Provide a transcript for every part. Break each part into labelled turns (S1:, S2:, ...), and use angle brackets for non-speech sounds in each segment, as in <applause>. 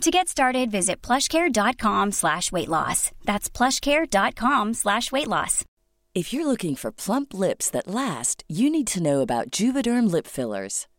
S1: To get started, visit plushcare.com slash weight loss. That's plushcare.com slash weight loss.
S2: If you're looking for plump lips that last, you need to know about Juvederm lip fillers.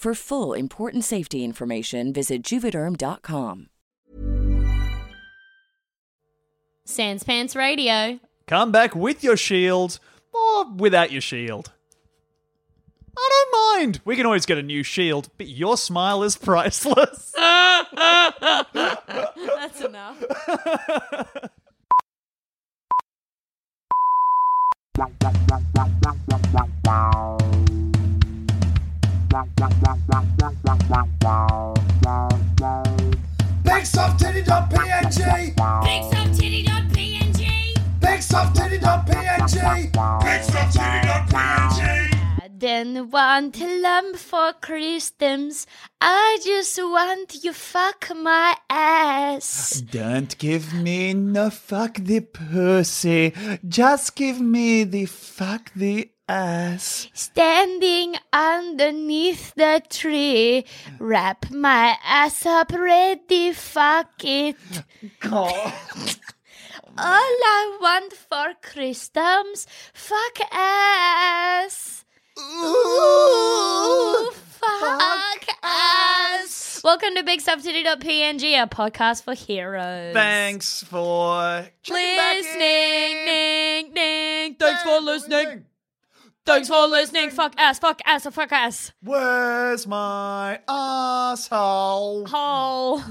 S2: For full important safety information, visit juvederm.com.
S3: Sans Pants Radio.
S4: Come back with your shield or without your shield. I don't mind. We can always get a new shield, but your smile is <laughs> priceless.
S3: That's enough.
S5: BigSoftTitty.png BigSoftTitty.png BigSoftTitty.png
S3: I don't want to lump for Christmas. I just want you fuck my ass.
S4: Don't give me no fuck the pussy. Just give me the fuck the ass.
S3: Standing underneath the tree. Wrap my ass up, ready, fuck it. All I want for Christmas, fuck ass. Ooh, fuck ass. Welcome to BigSubsidy.png, a podcast for heroes.
S4: Thanks for checking back in.
S3: Listening, ning, ning. Thanks for listening. Thanks for listening. Fuck ass, fuck ass, oh, fuck ass.
S4: Where's my asshole?
S3: Hole.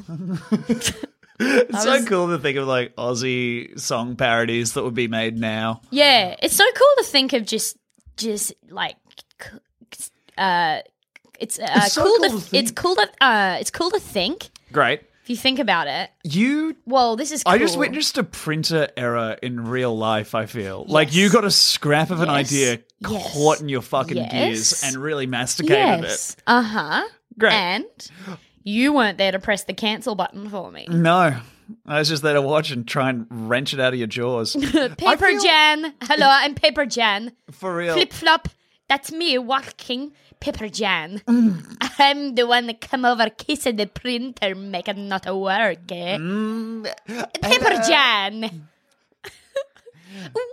S4: It's so cool to think of like Aussie song parodies that would be made now.
S3: Yeah, it's so cool to think of just, just like, c- uh, it's, uh,
S4: It's so
S3: cool, to,
S4: cool to
S3: it's
S4: think.
S3: cool to, uh, it's cool to think
S4: Great.
S3: if you think about it.
S4: You
S3: Whoa, this is. Cool.
S4: I just witnessed a printer error in real life, I feel. Like you got a scrap of an
S3: Yes.
S4: idea
S3: Yes.
S4: caught in your fucking
S3: Yes.
S4: gears and really masticated
S3: Yes. Uh huh.
S4: Great.
S3: And you weren't there to press the cancel button for me.
S4: it. No. I was just there to watch and try and wrench it out of
S3: <laughs>
S4: your jaws. <laughs> I
S3: Paper
S4: feel-
S3: Jan. Hello, I'm Paper Jan.
S4: For real.
S3: Flip flop. That's me walking. Paper Jan. I'm the one that come over kissing the printer, making not a work. Eh? Paper Jan. <laughs>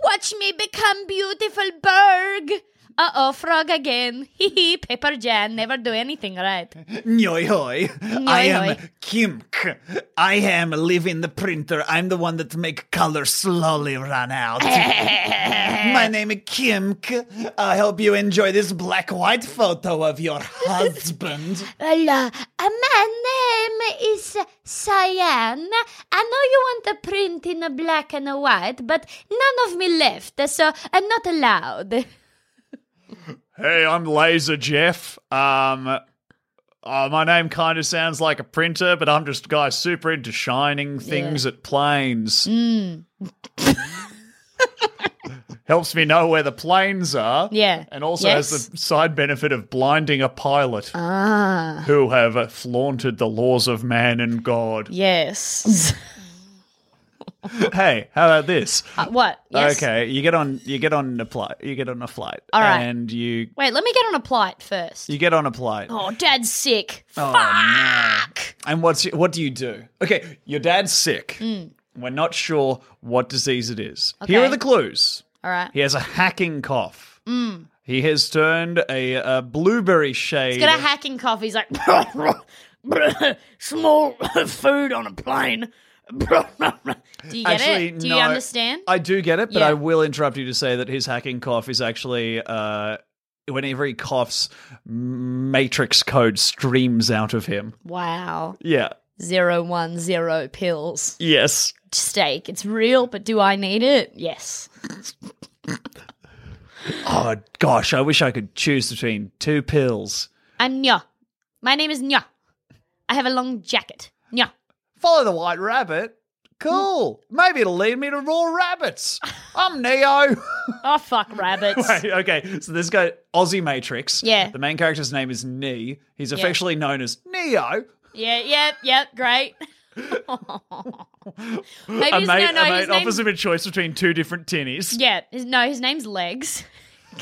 S3: Watch me become beautiful Berg. Uh oh, frog again. <laughs> Hee hee, Paper Jan. Never do anything right.
S4: Nyoy hoy. I am
S3: hoy.
S4: Kimk. I am living the printer. I'm the one that make color slowly run <laughs> out. My name is Kimk. I hope you enjoy this black-white photo of your husband.
S3: Well, uh, uh, my name is Cyan. I know you want to print in a black and a white, but none of me left, so I'm not allowed.
S4: <laughs> Hey, I'm Laser Jeff. Um, uh, my name kind of sounds like a printer, but I'm just a guy super into shining things at planes. Hmm. <laughs> Helps me know where the planes are.
S3: Yeah.
S4: And also
S3: Yes.
S4: has the side benefit of blinding a pilot
S3: Ah,
S4: who have uh, flaunted the laws of man and God.
S3: yes.
S4: hey, how about this?
S3: Uh, what? <laughs> Yes.
S4: Okay, you get on. You get on a flight. You get on a flight.
S3: All right.
S4: And you
S3: Wait, let me get on a plight first.
S4: you get on a flight.
S3: Oh, dad's sick.
S4: Oh,
S3: Fuck.
S4: And what's what do you do? Okay, your dad's sick. We're not sure what disease it is. Here
S3: Hmm. Okay.
S4: are the clues.
S3: All right.
S4: He has a hacking cough. He has turned a, a blueberry shade.
S3: Hmm. He's got a hacking cough. He's like, <laughs> small <laughs> food on a plane. <laughs> Do you get
S4: Actually,
S3: it? Do
S4: no,
S3: you understand?
S4: I do get it, but
S3: Yeah.
S4: I will interrupt you to say that his hacking cough is actually uh, whenever he coughs, matrix code streams out of him.
S3: wow.
S4: Yeah.
S3: Zero one zero pills.
S4: Yes.
S3: Steak. It's real, but do I need it? Yes.
S4: Oh gosh, I wish I could choose between two pills.
S3: I'm Nya. My name is Nya. I have a long jacket. Nya.
S4: Follow the white rabbit. Cool. Maybe it'll lead me to raw rabbits. I'm <laughs> Neo.
S3: Oh, fuck rabbits.
S4: <laughs> Wait, okay, so this guy, Aussie Matrix.
S3: Yeah.
S4: The main character's name is Nee. He's affectionately known as Neo.
S3: Yeah, yep, yep, great. <laughs> Maybe
S4: a
S3: his,
S4: mate,
S3: no, no,
S4: a mate
S3: his
S4: offers
S3: name's,
S4: him a choice between two different tinnies.
S3: yeah, his, no, his name's Legs. <laughs>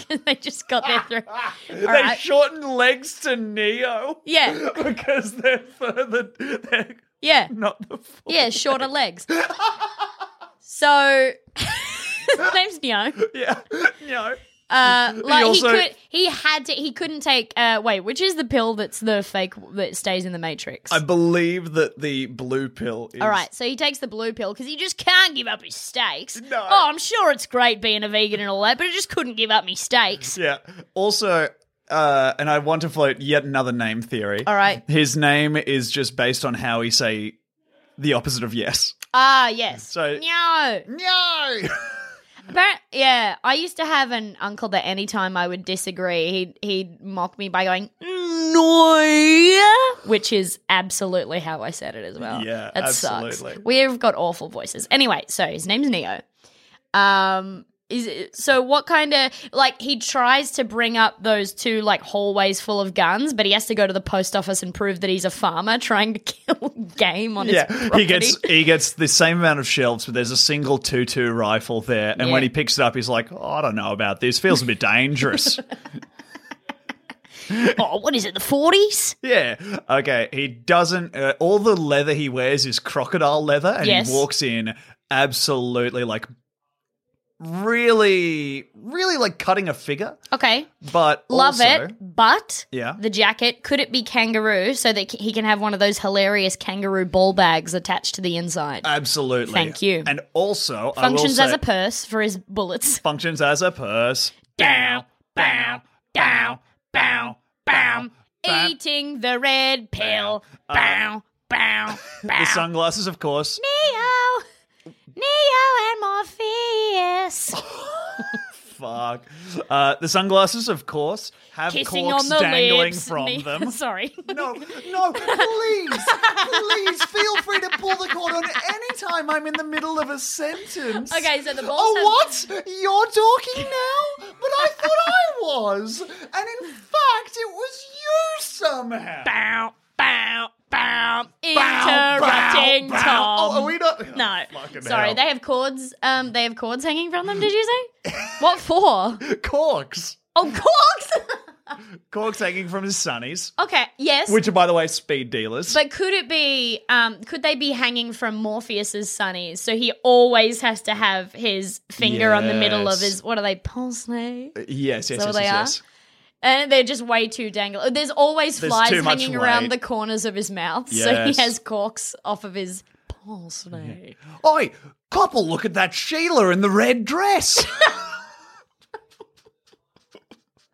S3: 'Cause they just got there through.
S4: <laughs> they
S3: All right.
S4: shorten legs to Neo.
S3: Yeah.
S4: <laughs> Because they're further, they're
S3: yeah,
S4: not the full.
S3: yeah, shorter
S4: <laughs>
S3: legs. So <laughs> his name's Neo.
S4: Yeah. <laughs> Neo.
S3: Uh, like he,
S4: also-
S3: could, he had to, he couldn't take. Uh, wait, which is the pill that's the fake that stays in the Matrix?
S4: I believe that the blue pill is.
S3: All right, so he takes the blue pill because he just can't give up his steaks.
S4: No.
S3: Oh, I'm sure it's great being a vegan and all that, but I just couldn't give up me steaks.
S4: Yeah. Also, uh, and I want to float yet another name theory.
S3: All right.
S4: His name is just based on how we say the opposite of yes.
S3: Ah, yes.
S4: So-
S3: no.
S4: No.
S3: Appar- yeah, I used to have an uncle that anytime I would disagree, he'd, he'd mock me by going, no, which is absolutely how I said it as well.
S4: Yeah,
S3: that
S4: absolutely.
S3: sucks. We've got awful voices. Anyway, so his name's Neo. Um, is it, so what kind of like he tries to bring up those two like hallways full of guns, but he has to go to the post office and prove that he's a farmer trying to <laughs> kill game
S4: <laughs>
S3: on his
S4: yeah.
S3: property. <laughs>
S4: He gets he gets the same amount of shelves, but there's a single two two rifle there, and
S3: Yeah.
S4: when he picks it up, he's like, oh, I don't know about this. Feels a
S3: <laughs>
S4: bit dangerous.
S3: oh, what is it? The forties?
S4: yeah. Okay. He doesn't. Uh, all the leather he wears is crocodile leather, and
S3: Yes.
S4: he walks in absolutely like. Really, really like cutting a figure,
S3: Okay.
S4: but
S3: Love
S4: also,
S3: it, but
S4: Yeah.
S3: the jacket could it be kangaroo so that he can have one of those hilarious kangaroo ball bags attached to the inside?
S4: Absolutely.
S3: Thank you.
S4: And also, Uh, I will
S3: Functions as
S4: say-
S3: a purse for his bullets.
S4: functions as a purse.
S3: Down, bow, down,
S4: bow, Uh,
S3: Bam, Um, eating the red pill. Bow,
S4: <laughs>
S3: bow, bow.
S4: The sunglasses, of course.
S3: Neo, Neo and Morpheus
S4: Oh, Fuck. Uh, the sunglasses, of course, have
S3: kissing
S4: corks
S3: on the
S4: dangling
S3: lips.
S4: from
S3: Ne- <laughs>
S4: them.
S3: Sorry.
S4: No, no, please, please feel free to pull the cord on any time I'm in the middle of a sentence.
S3: Okay, so the balls have-
S4: <laughs> Oh, what? You're talking now? But I thought I was. And in fact, it was you somehow.
S3: Bow, bow, bow.
S4: Bow, bow,
S3: Interrupting
S4: bow.
S3: Tom.
S4: Oh, are we not?
S3: No,
S4: Fucking
S3: sorry.
S4: hell.
S3: They have cords. Um, they have cords hanging from them. Did you say? what
S4: <laughs>
S3: for?
S4: corks.
S3: Oh, cords.
S4: Corks hanging from his sunnies,
S3: okay. Yes.
S4: which are, by the way, speed dealers.
S3: but could it be? Um, could they be hanging from Morpheus's sunnies? So he always has to have his finger on the middle of
S4: Yes.
S3: his. What are they? Pince nez?
S4: yes, yes,
S3: So
S4: yes,
S3: they
S4: yes,
S3: are?
S4: yes.
S3: And they're just way too dangle. There's always
S4: There's
S3: flies
S4: too much
S3: hanging around
S4: weight.
S3: the corners of his mouth, so he
S4: Yes.
S3: has corks off of his pince nez.
S4: Oi, couple, look at that Sheila in the red dress.
S3: <laughs>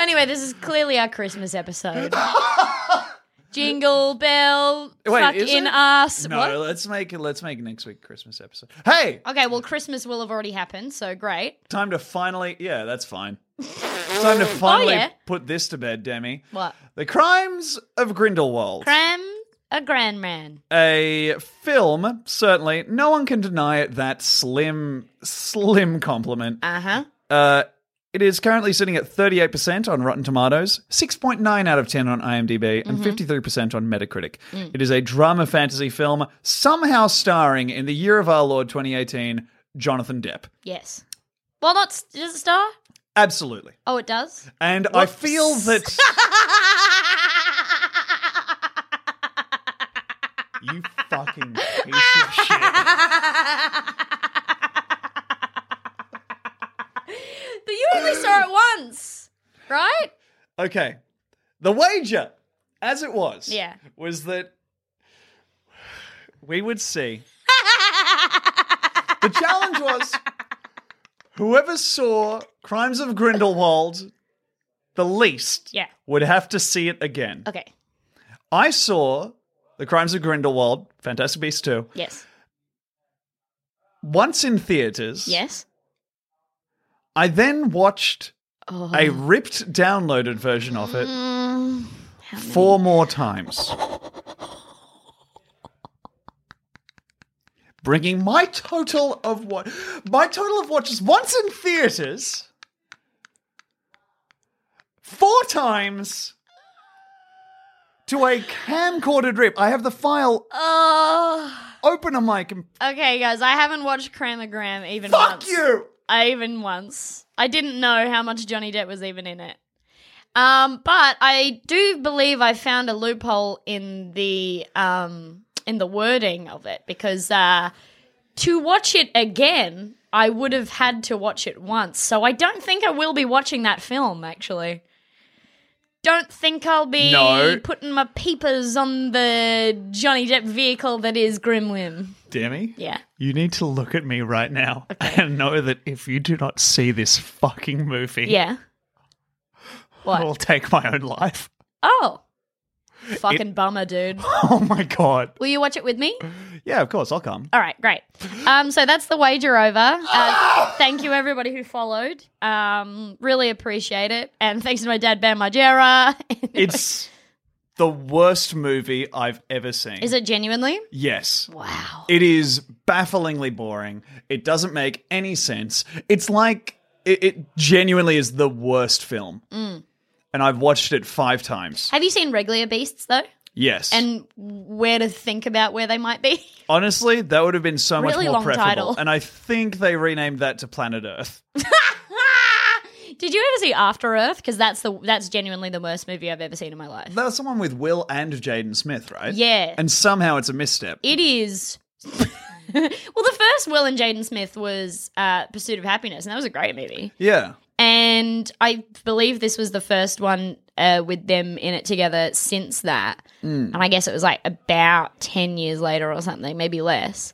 S3: Anyway, this is clearly our Christmas
S4: <laughs>
S3: episode. Jingle bell,
S4: Wait,
S3: fuck
S4: is
S3: in
S4: it?
S3: us.
S4: no,
S3: What?
S4: let's make let's make next week Christmas episode. Hey,
S3: Okay, well, Christmas will have already happened, so great.
S4: time to finally. Yeah, that's fine.
S3: <laughs>
S4: time to finally
S3: Oh, yeah.
S4: put this to bed, Demi.
S3: What?
S4: The Crimes of Grindelwald.
S3: Cram a grand man.
S4: a film, certainly. No one can deny it that slim, slim compliment.
S3: Uh huh.
S4: Uh, It is currently sitting at 38% on Rotten Tomatoes, 6.9 out of 10 on IMDb, and 53% on Metacritic. It is a drama fantasy film, somehow starring in the year of our Lord 2018, Jonathan Depp.
S3: Yes. Well, not s- does it star?
S4: Absolutely.
S3: Oh, it does.
S4: And I feel that. you fucking piece of shit.
S3: But you only saw it once, right?
S4: Okay. The wager, as it was,
S3: Yeah.
S4: was that we would see. the challenge was whoever saw Crimes of Grindelwald the least
S3: Yeah.
S4: would have to see it again.
S3: Okay.
S4: I saw The Crimes of Grindelwald, Fantastic Beasts 2,
S3: Yes.
S4: once in theaters.
S3: Yes.
S4: I then watched
S3: Oh.
S4: a ripped downloaded version of it
S3: Mm, how many-
S4: four more times. Bringing my total of what my total of watches once in theaters, four times to a camcorded rip. I have the file
S3: Oh.
S4: open on my computer.
S3: Okay, guys. I haven't watched Cramagram even
S4: Fuck
S3: once.
S4: you!
S3: I even once. I didn't know how much Johnny Depp was even in it. Um, but I do believe I found a loophole in the um in the wording of it because uh to watch it again, I would have had to watch it once. So I don't think I will be watching that film actually. Don't think I'll be
S4: No.
S3: putting my peepers on the Johnny Depp vehicle that is Grimwim.
S4: Demi,
S3: Yeah.
S4: you need to look at me right now and know that if you do not see this fucking movie,
S3: Yeah.
S4: I
S3: What?
S4: will take my own life. <laughs>
S3: Oh. Fucking bummer, dude.
S4: Oh my god.
S3: Will you watch it with me?
S4: Yeah, of course,
S3: <laughs>
S4: I'll come.
S3: All right, great. Um, so that's the wager over. Uh, thank you, everybody who followed. Um, really appreciate it. And thanks to my dad, Ben Margera.
S4: It's the worst movie I've ever seen.
S3: Is it genuinely?
S4: Yes.
S3: Wow.
S4: It is bafflingly boring. It doesn't make any sense. It's like it, it genuinely is the worst film.
S3: Mm.
S4: And I've watched it five times.
S3: Have you seen regular beasts, though?
S4: Yes.
S3: And where to think about where they might be? <laughs>
S4: honestly, that would have been so much
S3: Really
S4: more
S3: long
S4: preferable.
S3: title.
S4: And I think they renamed that to Planet Earth.
S3: Did you ever see After Earth? Because that's the that's genuinely the worst movie I've ever seen in my life.
S4: That's the one with Will and Jaden Smith, right?
S3: Yeah.
S4: And somehow it's a misstep.
S3: It is. <laughs> well, the first Will and Jaden Smith was uh, Pursuit of Happiness, and that was a great movie.
S4: yeah.
S3: And I believe this was the first one uh, with them in it together since that. And I guess it was like about 10 years later or something, maybe less.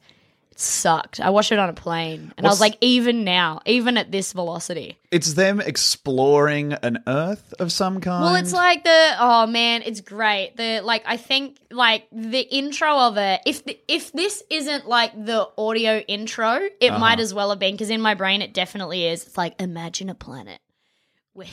S3: It sucked. I watched it on a plane, and I was
S4: What's-
S3: like, even now, even at this velocity.
S4: It's them exploring an Earth of some kind.
S3: Well, it's like the oh man, it's great. The like I think like the intro of it. If the, if this isn't like the audio intro, it
S4: Uh-huh.
S3: might as well have been because in my brain it definitely is. It's like imagine a planet. where-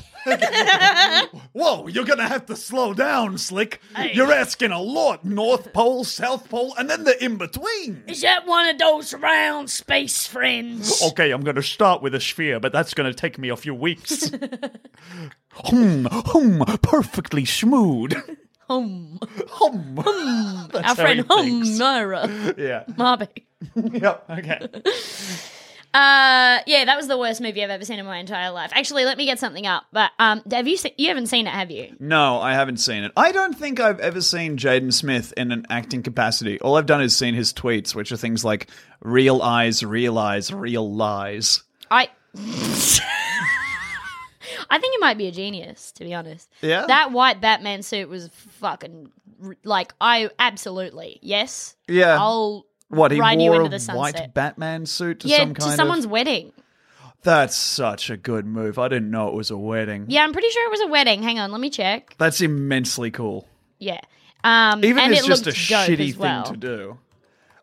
S4: Whoa, you're gonna have to slow down, Slick. You're asking a lot. North Pole, South Pole, and then the in between.
S6: Is that one of those round space friends?
S4: <laughs> Okay, I'm gonna start with a sphere, but that's gonna take me a
S6: <laughs>
S4: few weeks. hum, hum, perfectly smooth.
S3: Hum.
S4: Hum. <laughs> That's
S3: Our
S4: how
S3: friend
S4: he
S3: Hum
S4: thinks. <laughs>
S3: Myra
S6: <laughs>
S4: Yeah.
S3: Marby.
S4: Yep. Okay.
S3: Uh, yeah, that was the worst movie I've ever seen in my entire life. Actually, let me get something up. But um, have you se- you haven't seen it, have you?
S4: No, I haven't seen it. I don't think I've ever seen Jaden Smith in an acting capacity. All I've done is seen his tweets, which are things like "real eyes, real eyes, real lies."
S3: I. <laughs> I think he might be a genius, to be honest.
S4: Yeah?
S3: That white Batman suit was fucking r- like I absolutely yes.
S4: Yeah.
S3: I'll
S4: What he
S3: ride
S4: wore
S3: you into the
S4: a
S3: sunset.
S4: white Batman suit to
S3: yeah,
S4: some
S3: to
S4: kind
S3: someone's
S4: of.
S3: wedding.
S4: That's such a good move. I didn't know it was a wedding.
S3: Yeah, I'm pretty sure it was a wedding. Hang on, let me check.
S4: That's immensely cool.
S3: Yeah. Um,
S4: Even
S3: and
S4: if it's
S3: it
S4: just a
S3: looked dope
S4: shitty
S3: as well.
S4: thing to do,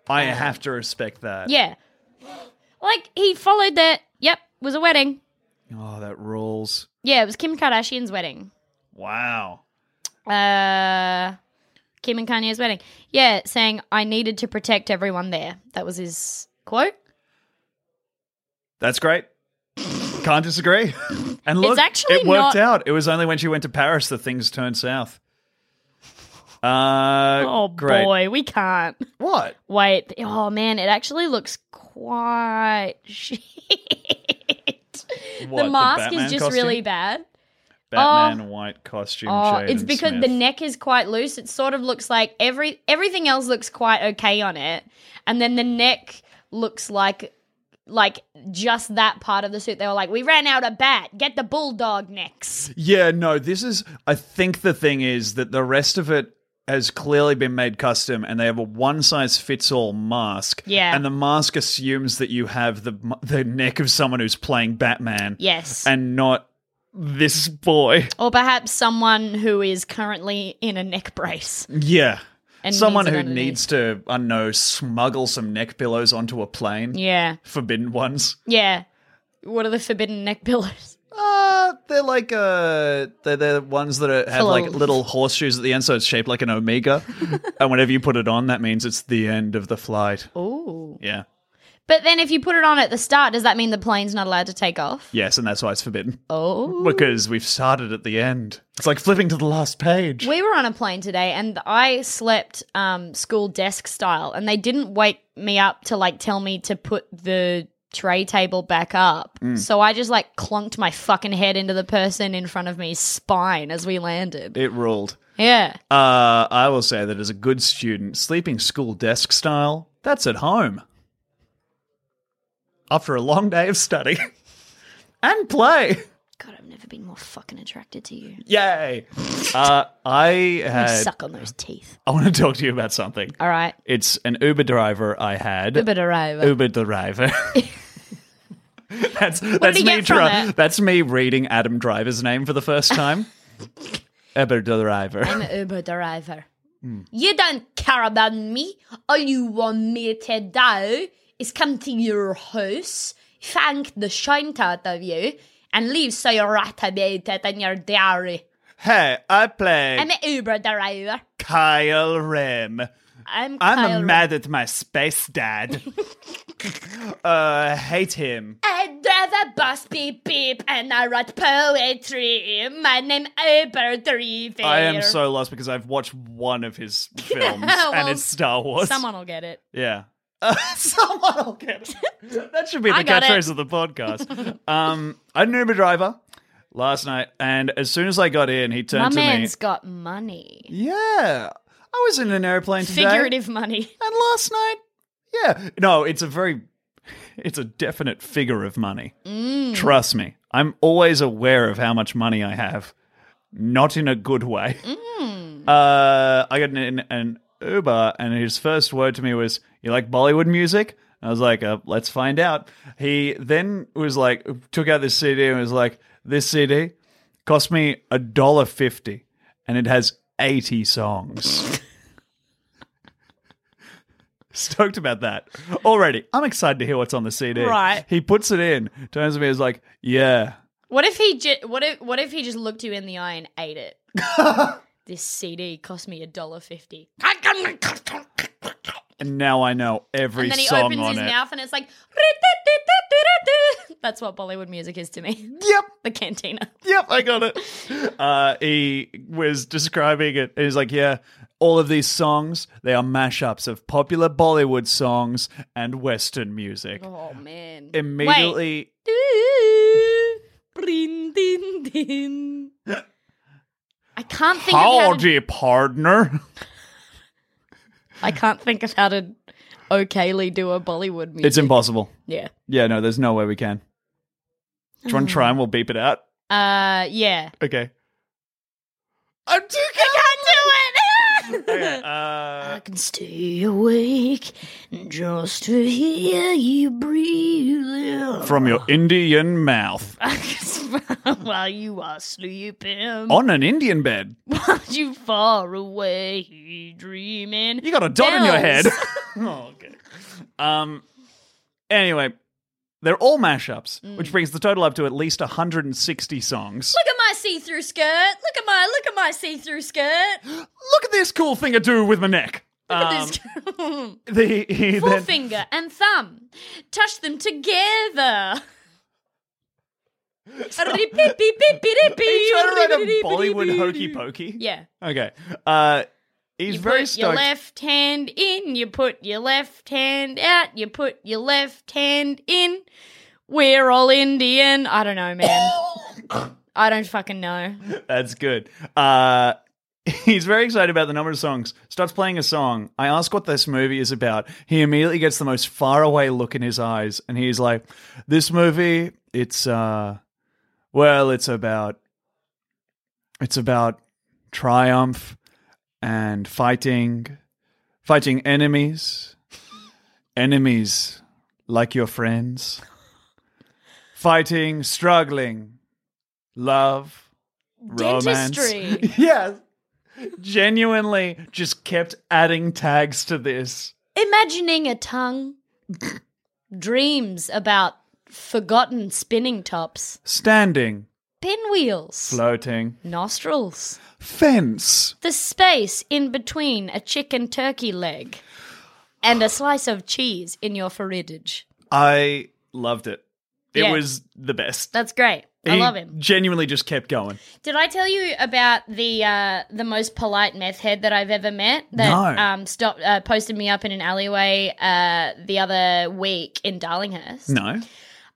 S4: I have to respect that.
S3: Yeah. Like he followed that. Yep, was a wedding.
S4: Oh, that rules!
S3: Yeah, it was Kim Kardashian's wedding.
S4: Wow.
S3: Uh, Kim and Kanye's wedding. Yeah, saying I needed to protect everyone there. That was his quote.
S4: That's great.
S3: <laughs>
S4: Can't disagree. And look,
S3: actually
S4: it
S3: not-
S4: worked out. It was only when she went to Paris that things turned south. Uh,
S3: Oh
S4: great.
S3: boy, we can't.
S4: What?
S3: Wait. Oh man, it actually looks quite <laughs> shit.
S4: What,
S3: the
S4: the
S3: mask
S4: Batman
S3: is just
S4: costume?
S3: really bad.
S4: Batman white costume.
S3: Oh,
S4: Jaden
S3: it's because the
S4: Smith.
S3: neck is quite loose. It sort of looks like every everything else looks quite okay on it, and then the neck looks like like just that part of the suit. They were like, "We ran out of bat. Get the bulldog necks."
S4: Yeah, no, this is. I think the thing is that the rest of it has clearly been made custom and they have a one size fits all mask.
S3: Yeah.
S4: And the mask assumes that you have the, mu- the neck of someone who's playing Batman.
S3: Yes,
S4: And not this boy.
S3: or perhaps someone who is currently in a neck brace.
S4: Yeah.
S3: And
S4: Someone
S3: needs it
S4: who
S3: underneath.
S4: needs to, I don't know, smuggle some neck pillows onto a plane.
S3: Yeah,
S4: Forbidden ones.
S3: yeah. What are the forbidden neck pillows?
S4: Uh, they're like uh, they're, they're the ones that are, have
S3: Full
S4: like
S3: of-
S4: little horseshoes at the end, so it's shaped like
S3: <laughs>
S4: an omega. and whenever you put it on, that means it's the end of the flight.
S3: Ooh.
S4: Yeah.
S3: But then, if you put it on at the start, does that mean the plane's not allowed to take off?
S4: Yes, and that's why it's forbidden
S3: Oh.
S4: because we've started at the end. It's like flipping to the last page.
S3: We were on a plane today, and I slept um, school desk style, and they didn't wake me up to like tell me to put the tray table back up.
S4: Mm.
S3: So I just like clunked my fucking head into the person in front of me's spine as we landed.
S4: It ruled.
S3: Yeah,
S4: Uh, I will say that as a good student, sleeping school desk style, that's at home. After a long day of study <laughs> and play.
S3: God, I've never been more fucking attracted to you.
S4: Yay. Uh, I
S3: You
S4: had.
S3: suck on those teeth.
S4: I want to talk to you about something.
S3: All right,
S4: It's an Uber driver I had.
S3: a bit of over.
S4: Uber driver. <laughs> that's
S3: did
S4: that's
S3: he
S4: me.
S3: get from
S4: dra-
S3: it?
S4: that's me reading Adam Driver's name for the first
S3: <laughs>
S4: time. Uber driver.
S3: I'm an Uber driver.
S4: Hmm.
S3: You don't care about me. All you want me to do is come to your house, thank the shite out of you, and leave so you're ratabated in your diary.
S4: Hey, I play
S3: I'm an Uber driver.
S4: Kyle Rim.
S3: I'm,
S4: I'm
S3: Kyle
S4: mad at my
S3: <laughs>
S4: space dad. uh, hate him.
S3: I drive a bus, beep beep, and I write poetry. My name Uber driver.
S4: I am
S3: <laughs>
S4: so lost because I've watched one of his films
S3: Well,
S4: and it's Star Wars.
S3: Someone will get it.
S4: Yeah. <laughs> someone will get
S3: <laughs>
S4: it. That should be the
S3: I got
S4: catchphrase
S3: it.
S4: of the podcast. um, I had an Uber driver last night, and as soon as I got in, he
S3: My
S4: turned to
S3: man's
S4: me.
S3: got money.
S4: Yeah. I was in an airplane today.
S3: Figurative money.
S4: And last night, yeah. No, it's a very, it's a definite figure of money. Trust me. I'm always aware of how much money I have, not in a good way.
S3: Mm.
S4: Uh, I got in an Uber, and his first word to me was, You like Bollywood music? I was like, uh, Let's find out. He then was like, Took out this CD and was like, This CD cost me a dollar fifty, and it has 80 songs. <laughs> Stoked about that already. I'm excited to hear what's on the CD.
S3: Right.
S4: He puts it in, turns to me, is like, "Yeah,
S3: What if he ju- what if what if he just looked you in the eye and ate
S4: <laughs>
S3: it? this CD cost me a dollar fifty.
S4: and now I know every
S3: And then he
S4: song
S3: opens
S4: on
S3: his
S4: it.
S3: mouth and it's like <laughs> That's what Bollywood music is to me. <laughs>
S4: Yep,
S3: The cantina.
S4: <laughs> yep, I got it. Uh, he was describing it, and he's like, "Yeah, all of these songs they are mashups of popular Bollywood songs and Western music."
S3: Oh man. <laughs>
S4: Immediately,
S3: Wait. Brin, din, din. I can't think of how to,
S4: howdy, partner.
S3: I can't think of how to okayly do a Bollywood music.
S4: It's impossible.
S3: yeah.
S4: Yeah, no, there's no way we can. Do you want to try and we'll beep it out?
S3: Uh yeah. <laughs>
S4: Okay. I'm too
S3: I can't do it.
S4: <laughs> Okay, uh,
S6: I can stay awake just to hear you breathe.
S3: <laughs>
S4: from your Indian mouth
S6: While you are sleeping,
S3: <laughs>
S4: on an Indian bed.
S6: while you far away dreaming.
S4: You got a dot in your head.
S3: <laughs>
S4: <laughs>
S3: Bells.
S4: oh, okay. Um. Anyway, they're all mashups,
S3: Mm.
S4: which brings the total up to at least 160 songs.
S3: Look at my see-through skirt. Look at my look at my see-through skirt. Look
S4: Look at this cool thing I do with my neck.
S3: at this <laughs>
S4: The, he Um, then,
S3: forefinger and thumb. Touch them together. Rippy, beep, beep, beep, beep,
S4: you trying to write a
S3: beep,
S4: Bollywood
S3: beep,
S4: hokey
S3: beep.
S4: pokey?
S3: Yeah.
S4: Okay. Uh, he's
S3: you
S4: very
S3: put
S4: stoked.
S3: your left hand in, you put your left hand out, you put your left hand in. We're all Indian. I don't know, man. <coughs> I don't fucking know.
S4: That's good. Uh, <laughs> he's very excited about the number of songs. Starts playing a song. I ask what this movie is about. He immediately gets the most faraway look in his eyes, and he's like, "This movie, it's uh, well, it's about, it's about triumph and fighting, fighting enemies, enemies like your friends, fighting, struggling, love." romance.
S3: Dentistry.
S4: <laughs> yes. Genuinely just kept adding tags to this.
S3: Imagining a tongue. <coughs> Dreams about forgotten spinning tops.
S4: Standing,
S3: Pinwheels.
S4: floating,
S3: Nostrils.
S4: fence.
S3: The space in between a chicken turkey leg and a slice of cheese in your foridage.
S4: I loved it. It
S3: Yeah.
S4: was the best.
S3: That's great. I
S4: He
S3: love him.
S4: Genuinely just kept going.
S3: Did I tell you about the uh, the most polite meth head that I've ever met? That
S4: No.
S3: um, stopped uh, posted me up in an alleyway uh, the other week in Darlinghurst.
S4: No.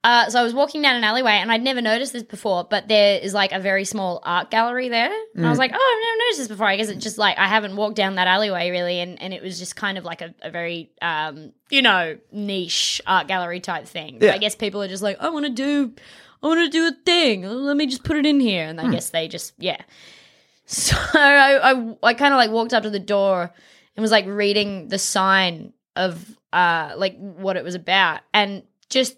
S3: Uh, so I was walking down an alleyway and I'd never noticed this before, but there is like a very small art gallery there. And I was like, oh, I've never noticed this before. I guess it's just like I haven't walked down that alleyway really. And, and it was just kind of like a, a very, um, you know, niche art gallery type thing. So I guess people are just like, I want to do, I want to do a thing. Let me just put it in here. And I guess they just, yeah. So <laughs> I, I, I kind of like walked up to the door and was like reading the sign of uh like what it was about and just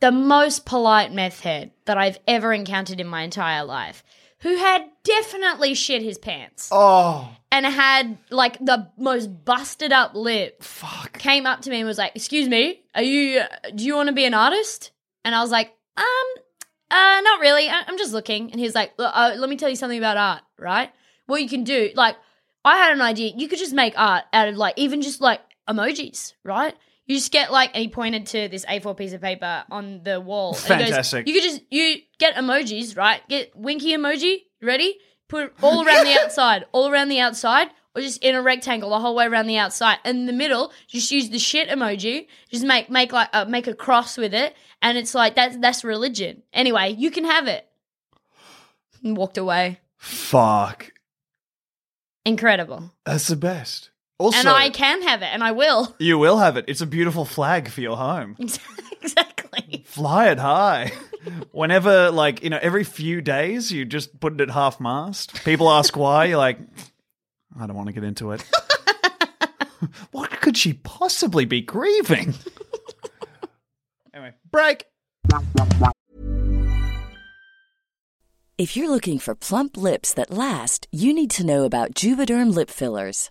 S3: the most polite meth head that I've ever encountered in my entire life who had definitely shit his pants
S4: Oh,
S3: and had like the most busted up lip
S4: fuck.
S3: came up to me and was like, "Excuse me, are you? Do you want to be an artist?" And I was like, "Um, uh, not really. I- I'm just looking." And he's like, "Look, uh, "Let me tell you something about art, right? What you can do, like, I had an idea. You could just make art out of like even just like emojis, right?" You just get like, and he pointed to this A4 piece of paper on the wall. and he goes,
S4: Fantastic.
S3: you could just, you get emojis, right? Get winky emoji, ready? Put it all around the outside, all around the outside, or just in a rectangle the whole way around the outside. And in the middle, just use the shit emoji. Just make make like uh, make a cross with it, and it's like that's that's religion. Anyway, you can have it. And walked away.
S4: Fuck.
S3: Incredible.
S4: That's the best. Also,
S3: and I can have it, and I will. <laughs>
S4: you will have it. It's a beautiful flag for your home.
S3: exactly.
S4: Fly it high. <laughs> Whenever, like, you know, every few days, you just put it at half mast. People ask why. You're like, I don't want to get
S3: <laughs>
S4: into it. what could she possibly be grieving? anyway, break.
S2: If you're looking for plump lips that last, you need to know about Juvederm lip fillers.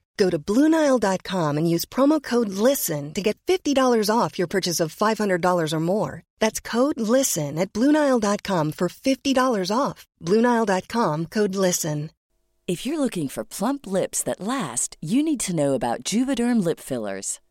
S7: Go to BlueNile.com and use promo code LISTEN to get $50 off your purchase of $500 or more. That's code LISTEN at BlueNile.com for $50 off. BlueNile.com code LISTEN.
S2: If you're looking for plump lips that last, you need to know about Juvederm lip fillers.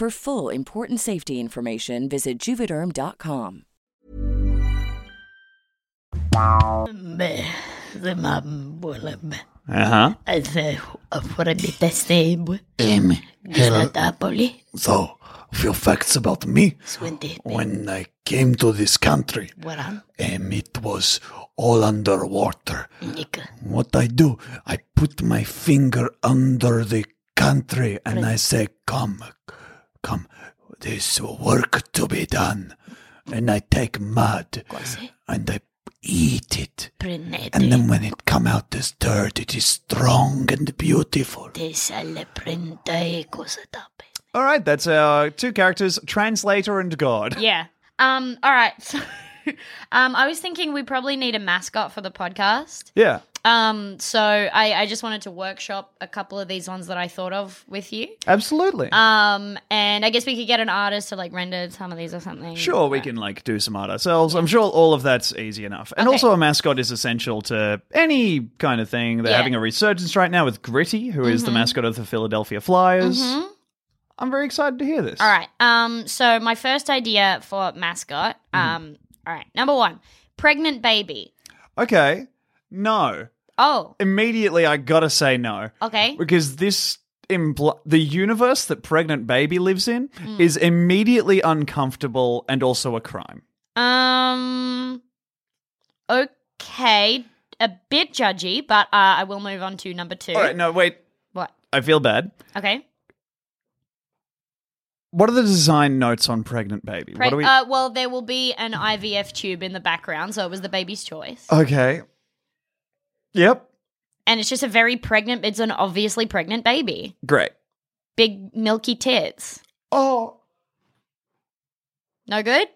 S2: For full important safety information, visit juvederm.com.
S6: The mum will
S4: Uh
S8: Uh-huh.
S4: huh.
S6: as vorrebbe testebue
S8: Um, hello.
S6: Napoli
S8: So, a few facts about me.
S6: Swindy
S8: When I came to this country,
S6: Guaran
S8: um, it was all underwater.
S6: Nick
S8: What I do, I put my finger under the country and I say, Come, come, there's work to be done. And I take mud
S6: Così
S8: and I eat it. And
S6: prendete
S8: then when it come out as dirt, it is strong and beautiful.
S6: te sale prende cosa tappe
S4: All right, that's our two characters, translator and god.
S3: Yeah. Um. All right. <laughs> So, um, I was thinking we probably need a mascot for the podcast.
S4: Yeah.
S3: Um. So I I just wanted to workshop a couple of these ones that I thought of with you.
S4: Absolutely.
S3: Um. And I guess we could get an artist to like render some of these or something.
S4: Sure, we can like do some art ourselves. I'm sure all of that's easy enough. And
S3: Okay.
S4: also, a mascot is essential to any kind of thing. They're
S3: Yeah. Mm-hmm.
S4: having a resurgence right now with Gritty, who is the mascot of the Philadelphia Flyers. I'm very excited to hear this.
S3: All right. Um. So my first idea for mascot.
S4: Mm.
S3: Um. All right. Number one, pregnant baby.
S4: Okay. No.
S3: Oh.
S4: Immediately, I gotta say no.
S3: Okay.
S4: Because this. Impl- the universe that pregnant baby lives in
S3: Mm.
S4: is immediately uncomfortable and also a crime.
S3: Um. Okay. A bit judgy, but uh, I will move on to number two.
S4: All right, no, wait.
S3: What?
S4: I feel bad.
S3: Okay.
S4: What are the design notes on pregnant baby?
S3: Pre-
S4: what are we?
S3: uh, well, there will be an IVF tube in the background, so it was the baby's choice.
S4: Oh. Okay. Yep.
S3: and it's just a very pregnant, it's an obviously pregnant baby.
S4: Great.
S3: Big milky tits.
S4: Oh.
S3: No good?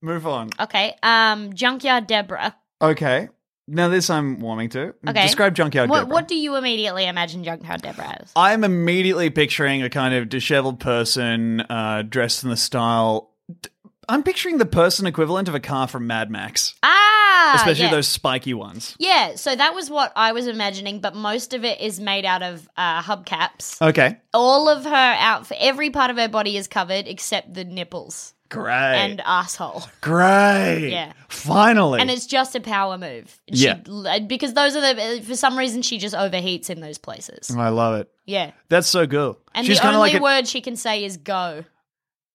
S4: Move on.
S3: Okay. Um, Junkyard Deborah.
S4: Okay. Now this I'm warming to.
S3: Okay.
S4: Mm, Describe junkyard.
S3: What,
S4: Deborah.
S3: what do you immediately imagine Junkyard Deborah as?
S4: I'm immediately picturing a kind of disheveled person uh, dressed in the style. d- I'm picturing the person equivalent of a car from Mad Max,
S3: Ah!
S4: especially
S3: yeah.
S4: those spiky ones.
S3: Yeah, so that was what I was imagining, but most of it is made out of uh, hubcaps.
S4: Okay.
S3: All of her outfit, every part of her body is covered except the nipples
S4: Great.
S3: and asshole.
S4: Great.
S3: Yeah.
S4: Finally.
S3: And it's just a power move. She, uh,
S4: Yeah.
S3: Because those are the, uh, for some reason, she just overheats in those places.
S4: Oh, I love it.
S3: Yeah.
S4: That's so good.
S3: And
S4: She's
S3: the
S4: kind
S3: only
S4: of like a-
S3: word she can say is go.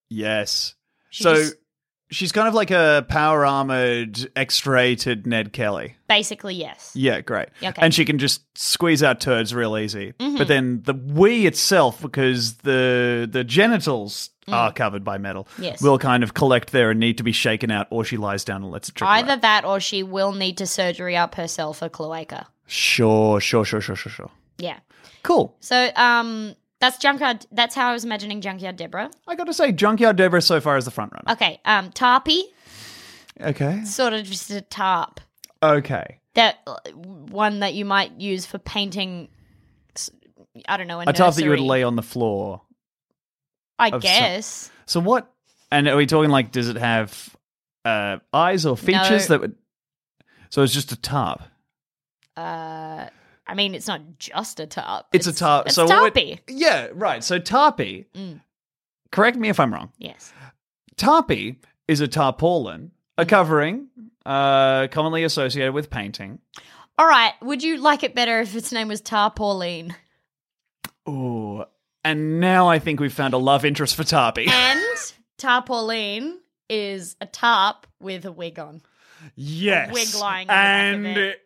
S4: Yes.
S3: She
S4: so
S3: just-
S4: she's kind of like a power armored, X rated Ned Kelly.
S3: Basically, yes.
S4: Yeah, great.
S3: Okay. Mm-hmm.
S4: And she can just squeeze out turds real easy. But then the we itself, because the the genitals are covered by metal,
S3: Mm. Yes.
S4: will kind of collect there and need to be shaken out, or she lies down and lets it trickle.
S3: Either
S4: out.
S3: that or she will need to surgery up herself a cloaca.
S4: Sure, sure, sure, sure, sure, sure.
S3: Yeah.
S4: Cool.
S3: So, um, that's Junkyard. That's how I was imagining Junkyard Deborah.
S4: I got to say, Junkyard Deborah so far is the front runner.
S3: Okay. Um, Tarpy,
S4: Okay.
S3: sort of just a tarp.
S4: Okay.
S3: That one that you might use for painting. s- I don't know. A,
S4: A top that you would
S3: nursery.
S4: lay on the floor.
S3: I
S4: of some-
S3: guess.
S4: So what? And are we talking like, does it have uh, eyes or features
S3: No.
S4: that would? So it's just a tarp.
S3: uh, I mean, it's not just a tarp.
S4: It's, a tarp.
S3: It's
S4: so what would-
S3: tarpy.
S4: yeah, right. So tarpy.
S3: Mm.
S4: Correct me if I'm wrong.
S3: Yes.
S4: Tarpy is a tarpaulin, a
S3: Mm.
S4: covering uh, commonly associated with painting. <laughs>
S3: All right. Would you like it better if its name was Tarpauline?
S4: Ooh, And now I think we've found a love interest
S3: <laughs>
S4: for Tarpy.
S3: And tarpaulin is a tarp with a wig on.
S4: yes.
S3: wig lying on the back of
S4: and
S3: it.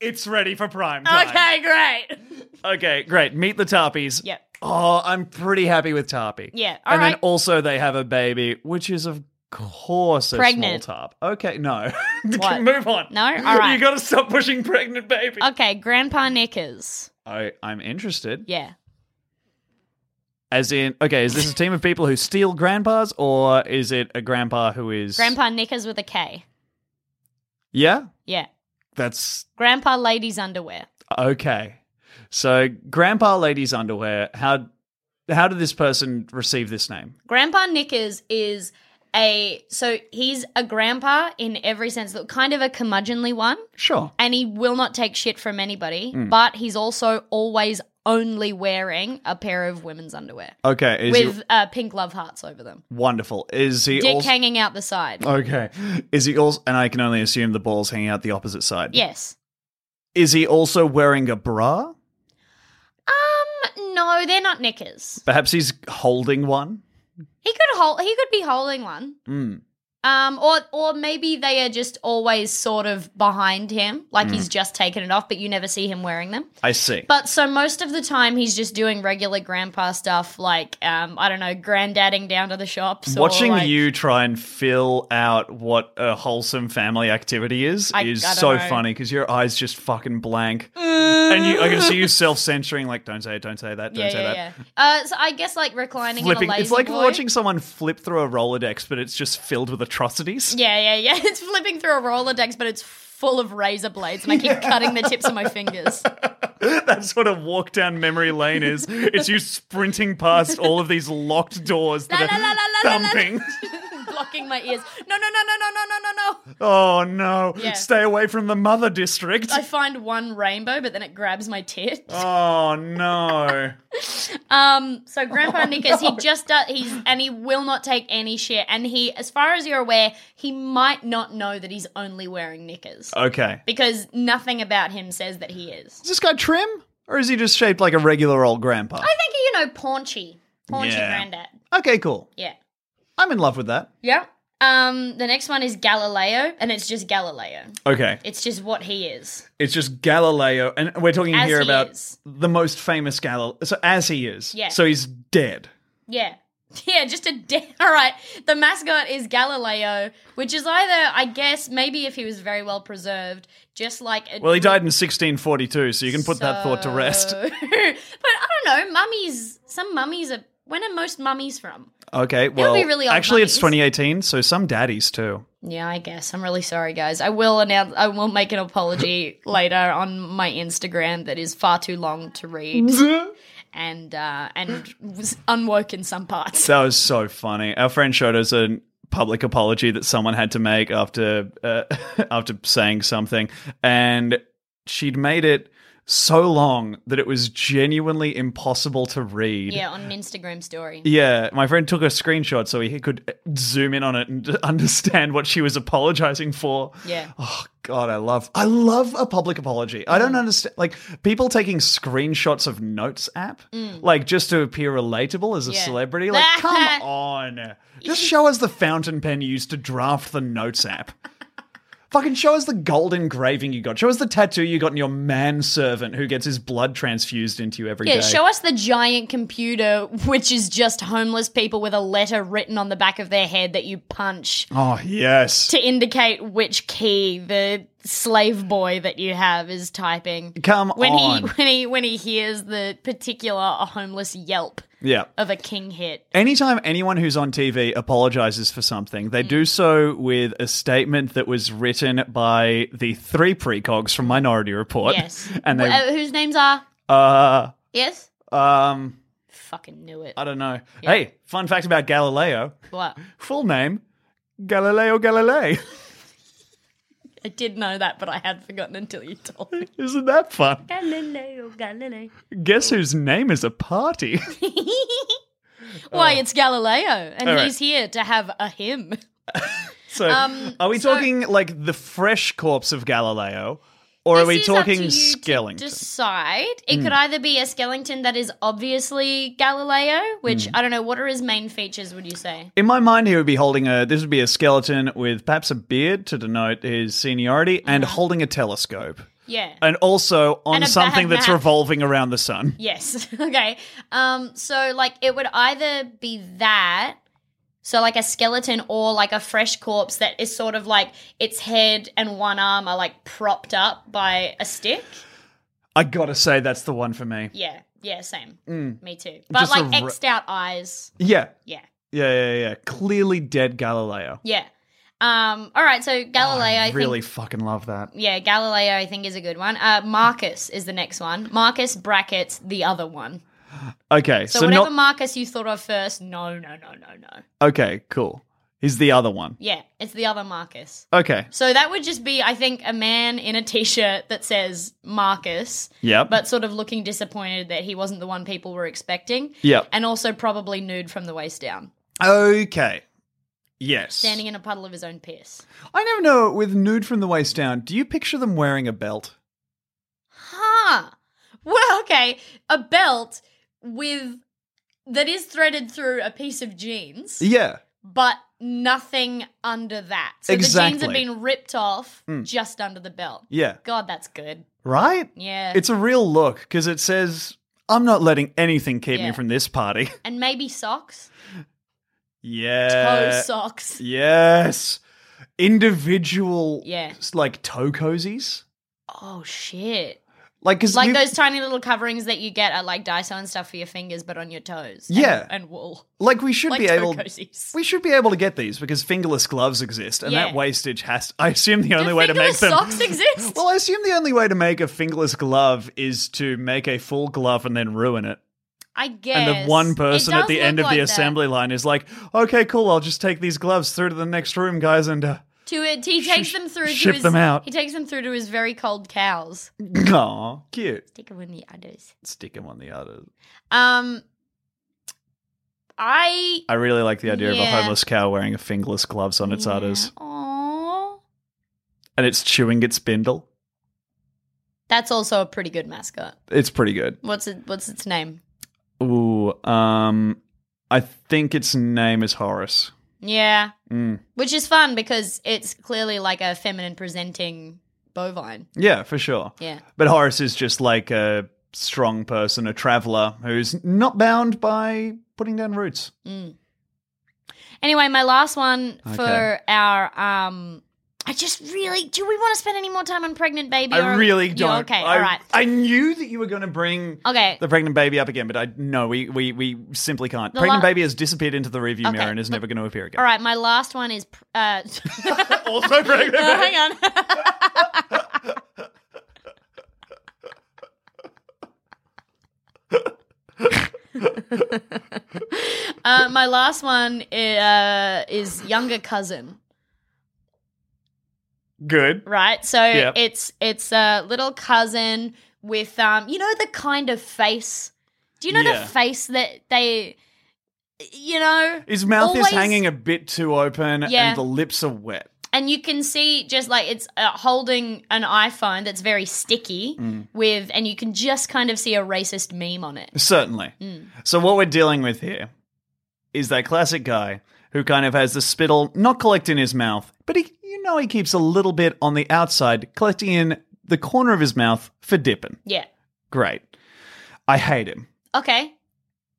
S4: it's ready for prime time.
S3: Okay, great.
S4: <laughs> Okay, great. Meet the Tarpies.
S3: Yep.
S4: Oh, I'm pretty happy with Tarpy.
S3: Yeah, all
S4: and then
S3: right.
S4: also they have a baby, which is of course a
S3: Pregnant.
S4: small tarp. Okay, no. <laughs>
S3: What?
S4: Move on.
S3: No? Oh. All right.
S4: You gotta stop pushing pregnant baby.
S3: Okay, grandpa knickers.
S4: I, I'm interested.
S3: Yeah.
S4: As in, okay, is this a team of people who steal grandpas, or is it a grandpa who is
S3: Grandpa knickers with a K.
S4: Yeah,
S3: Yeah.
S4: that's
S3: Grandpa ladies underwear.
S4: okay. So, grandpa lady's underwear. How how did this person receive this name?
S3: Grandpa Knickers is a so he's a grandpa in every sense, look, kind of a curmudgeonly one,
S4: Sure.
S3: and he will not take shit from anybody,
S4: Hmm.
S3: but he's also always only wearing a pair of women's underwear
S4: Okay, is
S3: with
S4: he
S3: uh, pink love hearts over them,
S4: wonderful? Is he Oh.
S3: dick
S4: also
S3: hanging out the side.
S4: okay? Is he also? And I can only assume the balls hanging out the opposite side.
S3: Yes.
S4: Is he also wearing a bra?
S3: Um. No, they're not knickers.
S4: Perhaps he's holding one.
S3: He could hold. He could be holding one.
S4: Mm.
S3: Um, or or maybe they are just always sort of behind him,
S4: Hmm.
S3: like he's just taken it off, but you never see him wearing them.
S4: I see.
S3: But so most of the time he's just doing regular grandpa stuff, like um, I don't know, granddadding down to the shops. or,
S4: Watching
S3: like-
S4: you try and fill out what a wholesome family activity is
S3: I-
S4: is
S3: I don't
S4: so
S3: know.
S4: funny because your eyes just fucking blank, and you I can
S3: <laughs>
S4: see you self censoring like don't say it, don't say that, don't
S3: yeah,
S4: say
S3: yeah,
S4: that.
S3: yeah. Uh, so I guess like reclining
S4: Flipping,
S3: in a lazy
S4: it's like
S3: boy.
S4: watching someone flip through a rolodex, but it's just filled with atrocities.
S3: Yeah, yeah, <laughs> yeah. It's flipping through a Rolodex, but it's full of razor blades, and I keep cutting the tips of
S4: <laughs>
S3: my fingers. <laughs>
S4: That's what a walk down memory lane is. it's you sprinting past all of these locked doors that
S3: La, la, la, la, la,
S4: are
S3: la, la.
S4: thumping.
S3: Blocking my ears. No, no, no, no, no, no, no, no, no.
S4: Oh no!
S3: Yeah.
S4: Stay away from the mother district.
S3: I find one rainbow, but then it grabs my tit.
S4: oh no!
S3: Um, so Grandpa
S4: Oh,
S3: Nickers, he just does, he's, and he will not take any shit. And he, as far as you're aware, he might not know that he's only wearing knickers
S4: Okay.
S3: because nothing about him says that he is.
S4: Is this guy trim? Or is he just shaped like a regular old grandpa?
S3: I think, you know, paunchy, paunchy
S4: Yeah.
S3: granddad.
S4: Okay, cool.
S3: Yeah.
S4: I'm in love with that.
S3: Yeah. Um, the next one is Galileo, and it's just Galileo.
S4: Okay.
S3: It's just what he is.
S4: It's just Galileo, and we're talking
S3: As
S4: here
S3: he
S4: about
S3: is.
S4: the most famous Galileo. So, as he is.
S3: Yeah.
S4: So he's dead.
S3: Yeah. <laughs> Yeah, just a de- <laughs> all right. The mascot is Galileo, which is either, I guess, maybe if he was very well preserved, just like a
S4: Well, he died in 1642, so you can put that thought to rest.
S3: So- <laughs> but I don't know. Mummies. Some mummies are. When are most mummies from?
S4: Okay,
S3: That would
S4: well,
S3: be really odd
S4: actually, it's
S3: mummies.
S4: 2018, so some daddies too.
S3: Yeah, I guess. I'm really sorry, guys. I will announce. I will make an
S4: <laughs>
S3: apology later on my Instagram that is far too long to
S4: <laughs>
S3: read and uh, and was unwoke in some parts.
S4: That was so funny. Our friend showed us a public apology that someone had to make after uh, <laughs> after saying something, and she'd made it so long that it was genuinely impossible to read.
S3: Yeah, on an Instagram story.
S4: Yeah, my friend took a screenshot so he could uh, zoom in on it and <laughs> understand what she was apologizing for.
S3: Yeah.
S4: Oh god, I love I love a public apology. I don't
S3: Mm.
S4: understand like people taking screenshots of notes app like just to appear relatable as a
S3: Mm. Yeah.
S4: celebrity. Like
S3: <laughs>
S4: come on. Just show us the fountain pen you used to draft the notes app. Fucking show us the gold engraving you got. Show us the tattoo you got in your manservant who gets his blood transfused into you every day.
S3: Yeah, show us the giant computer, which is just homeless people with a letter written on the back of their head that you punch
S4: oh yes.
S3: to indicate which key the slave boy that you have is typing.
S4: Come
S3: when
S4: on.
S3: he when he when he hears the particular homeless yelp
S4: yeah.
S3: of a king hit.
S4: Anytime anyone who's on TV apologizes for something, they
S3: Mm.
S4: do so with a statement that was written by the three precogs from Minority Report.
S3: Yes.
S4: <laughs> And they,
S3: Uh, whose names are?
S4: uh,
S3: Yes.
S4: um,
S3: Fucking knew it.
S4: I don't know. Hey, fun fact about Galileo
S3: What?
S4: full name Galileo Galilei. <laughs>
S3: I did know that, but I had forgotten until you told
S4: <laughs>
S3: me.
S4: Isn't that fun?
S6: Galileo, Galileo.
S4: Guess whose name is a party? <laughs>
S3: Why? It's Galileo, and
S4: Uh. All right.
S3: he's here to have a hymn. Um,
S4: so, are we talking like the fresh corpse of Galileo? Or are
S3: This
S4: we
S3: is up to
S4: talking Hmm.
S3: you to
S4: Skellington?
S3: decide. It could either be a Skellington that is obviously Galileo,
S4: Hmm.
S3: which I don't know. What are his main features? Would you say?
S4: In my mind, he would be holding a. This would be a skeleton with perhaps a beard to denote his seniority, and holding a telescope,
S3: Yeah.
S4: and also on
S3: And a
S4: something
S3: bad
S4: that's
S3: map.
S4: revolving around the sun.
S3: yes. <laughs> okay. Um. So like, it would either be that. So like a skeleton or like a fresh corpse that is sort of like its head and one arm are like propped up by a stick.
S4: I gotta say, that's the one for me.
S3: Yeah. Yeah. Same. Me too. But
S4: Just a
S3: like
S4: re-
S3: xed out eyes.
S4: Yeah,
S3: Yeah.
S4: yeah, yeah, yeah. Clearly dead Galileo.
S3: Yeah. Um. All right. So Galileo. I think,
S4: Oh, really fucking love that.
S3: yeah, Galileo, I think, is a good one. Uh, Marcus is the next one. Marcus brackets the other one.
S4: Okay, so,
S3: So, whatever
S4: not
S3: Marcus you thought of first, no, no, no, no, no.
S4: okay. Cool. He's the other one.
S3: Yeah, it's the other Marcus.
S4: Okay.
S3: So that would just be, I think, a man in a t-shirt that says Marcus,
S4: Yep.
S3: but sort of looking disappointed that he wasn't the one people were expecting.
S4: Yep.
S3: And also probably nude from the waist down,
S4: okay. Yes.
S3: standing in a puddle of his own piss.
S4: I never know. With nude from the waist down, do you picture them wearing a belt?
S3: Huh. Well, okay. A belt with that is threaded through a piece of jeans.
S4: Yeah.
S3: but nothing under that. So the jeans
S4: Exactly. Hmm.
S3: have been ripped off just under the belt.
S4: Yeah.
S3: God, that's good.
S4: Right?
S3: Yeah.
S4: It's a real look because it says, I'm not letting anything keep me
S3: Yeah.
S4: from this party. <laughs>
S3: and maybe socks.
S4: yeah.
S3: toe socks.
S4: Yes. Individual,
S3: Yeah.
S4: s- like toe cozies.
S3: Oh shit.
S4: Like, cause
S3: Like
S4: we've-
S3: those tiny little coverings that you get at like Daiso and stuff for your fingers, but on your toes. And-
S4: Yeah.
S3: And, wool.
S4: like we should
S3: like
S4: be
S3: toe
S4: able,
S3: cozies.
S4: we should be able to get these because fingerless gloves exist, and that
S3: Yeah.
S4: wastage has. I assume the
S3: Do
S4: only way to make
S3: fingerless
S4: them.
S3: socks exist?
S4: <laughs> Well, I assume the only way to make a fingerless glove is to make a full glove and then ruin it.
S3: I guess.
S4: And the one
S3: It
S4: person
S3: does
S4: at the
S3: look
S4: end of
S3: like
S4: the
S3: that.
S4: assembly line is like, "Okay, cool. I'll just take these gloves through to the next room, guys." And uh, <laughs>
S3: To it, he takes them through.
S4: ship
S3: to his,
S4: them out.
S3: He takes them through to his very cold cows.
S4: aw, cute.
S3: Stick them in the udders.
S4: Stick them on the other.
S3: Um, I
S4: I really like the idea of a
S3: Yeah.
S4: homeless cow wearing a fingerless gloves on its udders,
S3: Aww.
S4: and it's chewing its spindle.
S3: That's also a pretty good mascot.
S4: It's pretty good.
S3: What's it, what's its name?
S4: Ooh, um, I think its name is Horace.
S3: Yeah,
S4: Mm.
S3: which is fun because it's clearly like a feminine presenting bovine.
S4: Yeah, for sure.
S3: Yeah.
S4: But Horace is just like a strong person, a traveler who's not bound by putting down roots.
S3: Anyway, my last one
S4: Okay.
S3: for our um I just really do we want to spend any more time on pregnant baby?
S4: I
S3: or-
S4: really
S3: Yeah,
S4: don't.
S3: okay,
S4: I,
S3: all right.
S4: I knew that you were going to bring
S3: Okay.
S4: the pregnant baby up again, but I no, we we, we simply can't.
S3: The
S4: pregnant
S3: la-
S4: baby has disappeared into the rearview
S3: Okay,
S4: mirror and is never going to appear again.
S3: all right, my last one is pr- uh <laughs>
S4: <laughs> Also pregnant.
S3: No,
S4: baby.
S3: Oh, hang on. uh, my last one uh, is younger cousin,
S4: Good.
S3: right? So
S4: Yep.
S3: it's it's a little cousin with um, you know, the kind of face. Do you know
S4: Yeah.
S3: the face that they, you know,
S4: His mouth is
S3: Always-
S4: hanging a bit too open,
S3: Yeah.
S4: and the lips are wet.
S3: and you can see just like it's uh, holding an iPhone that's very sticky
S4: Mm.
S3: with, and you can just kind of see a racist meme on it.
S4: Certainly.
S3: Hmm.
S4: So what we're dealing with here is that classic guy who kind of has the spittle not collect in his mouth, but he you know he keeps a little bit on the outside, collecting in the corner of his mouth for dipping.
S3: Yeah.
S4: Great. I hate him.
S3: Okay.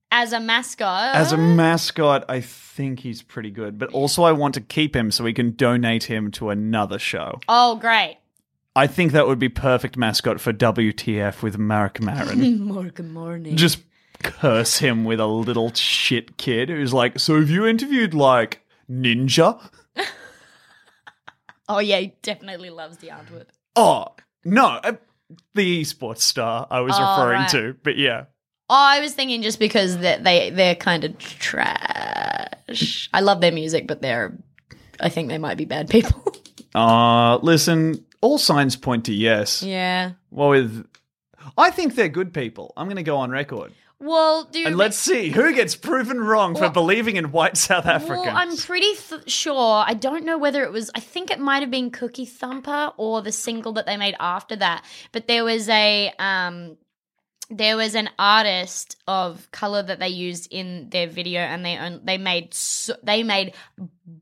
S3: As a mascot.
S4: As a mascot, I think he's pretty good, but also I want to keep him so we can donate him to another show.
S3: oh, great.
S4: I think that would be perfect mascot for WTF with Mark
S3: <laughs>
S4: Maron.
S6: Morgan morning.
S4: just curse him with a little shit kid who's like, So have you interviewed like Ninja?
S3: Oh, yeah. He definitely loves the artwork.
S4: Oh, no, uh, the esports star I was
S3: Oh,
S4: referring
S3: right.
S4: to, but yeah.
S3: Oh, I was thinking just because they, they, they're kind of trash. I love their music, but they're, I think they might be bad people. <laughs>
S4: Uh, listen, all signs point to yes.
S3: yeah.
S4: Well, with. I think they're good people. I'm going to go on record.
S3: Well, do you
S4: And let's see who gets proven wrong for believing in white South Africans.
S3: Well, I'm pretty th- sure. I don't know whether it was. I think it might have been Cookie Thumper or the single that they made after that. But there was a um, there was an artist of color that they used in their video, and they on- they made so- they made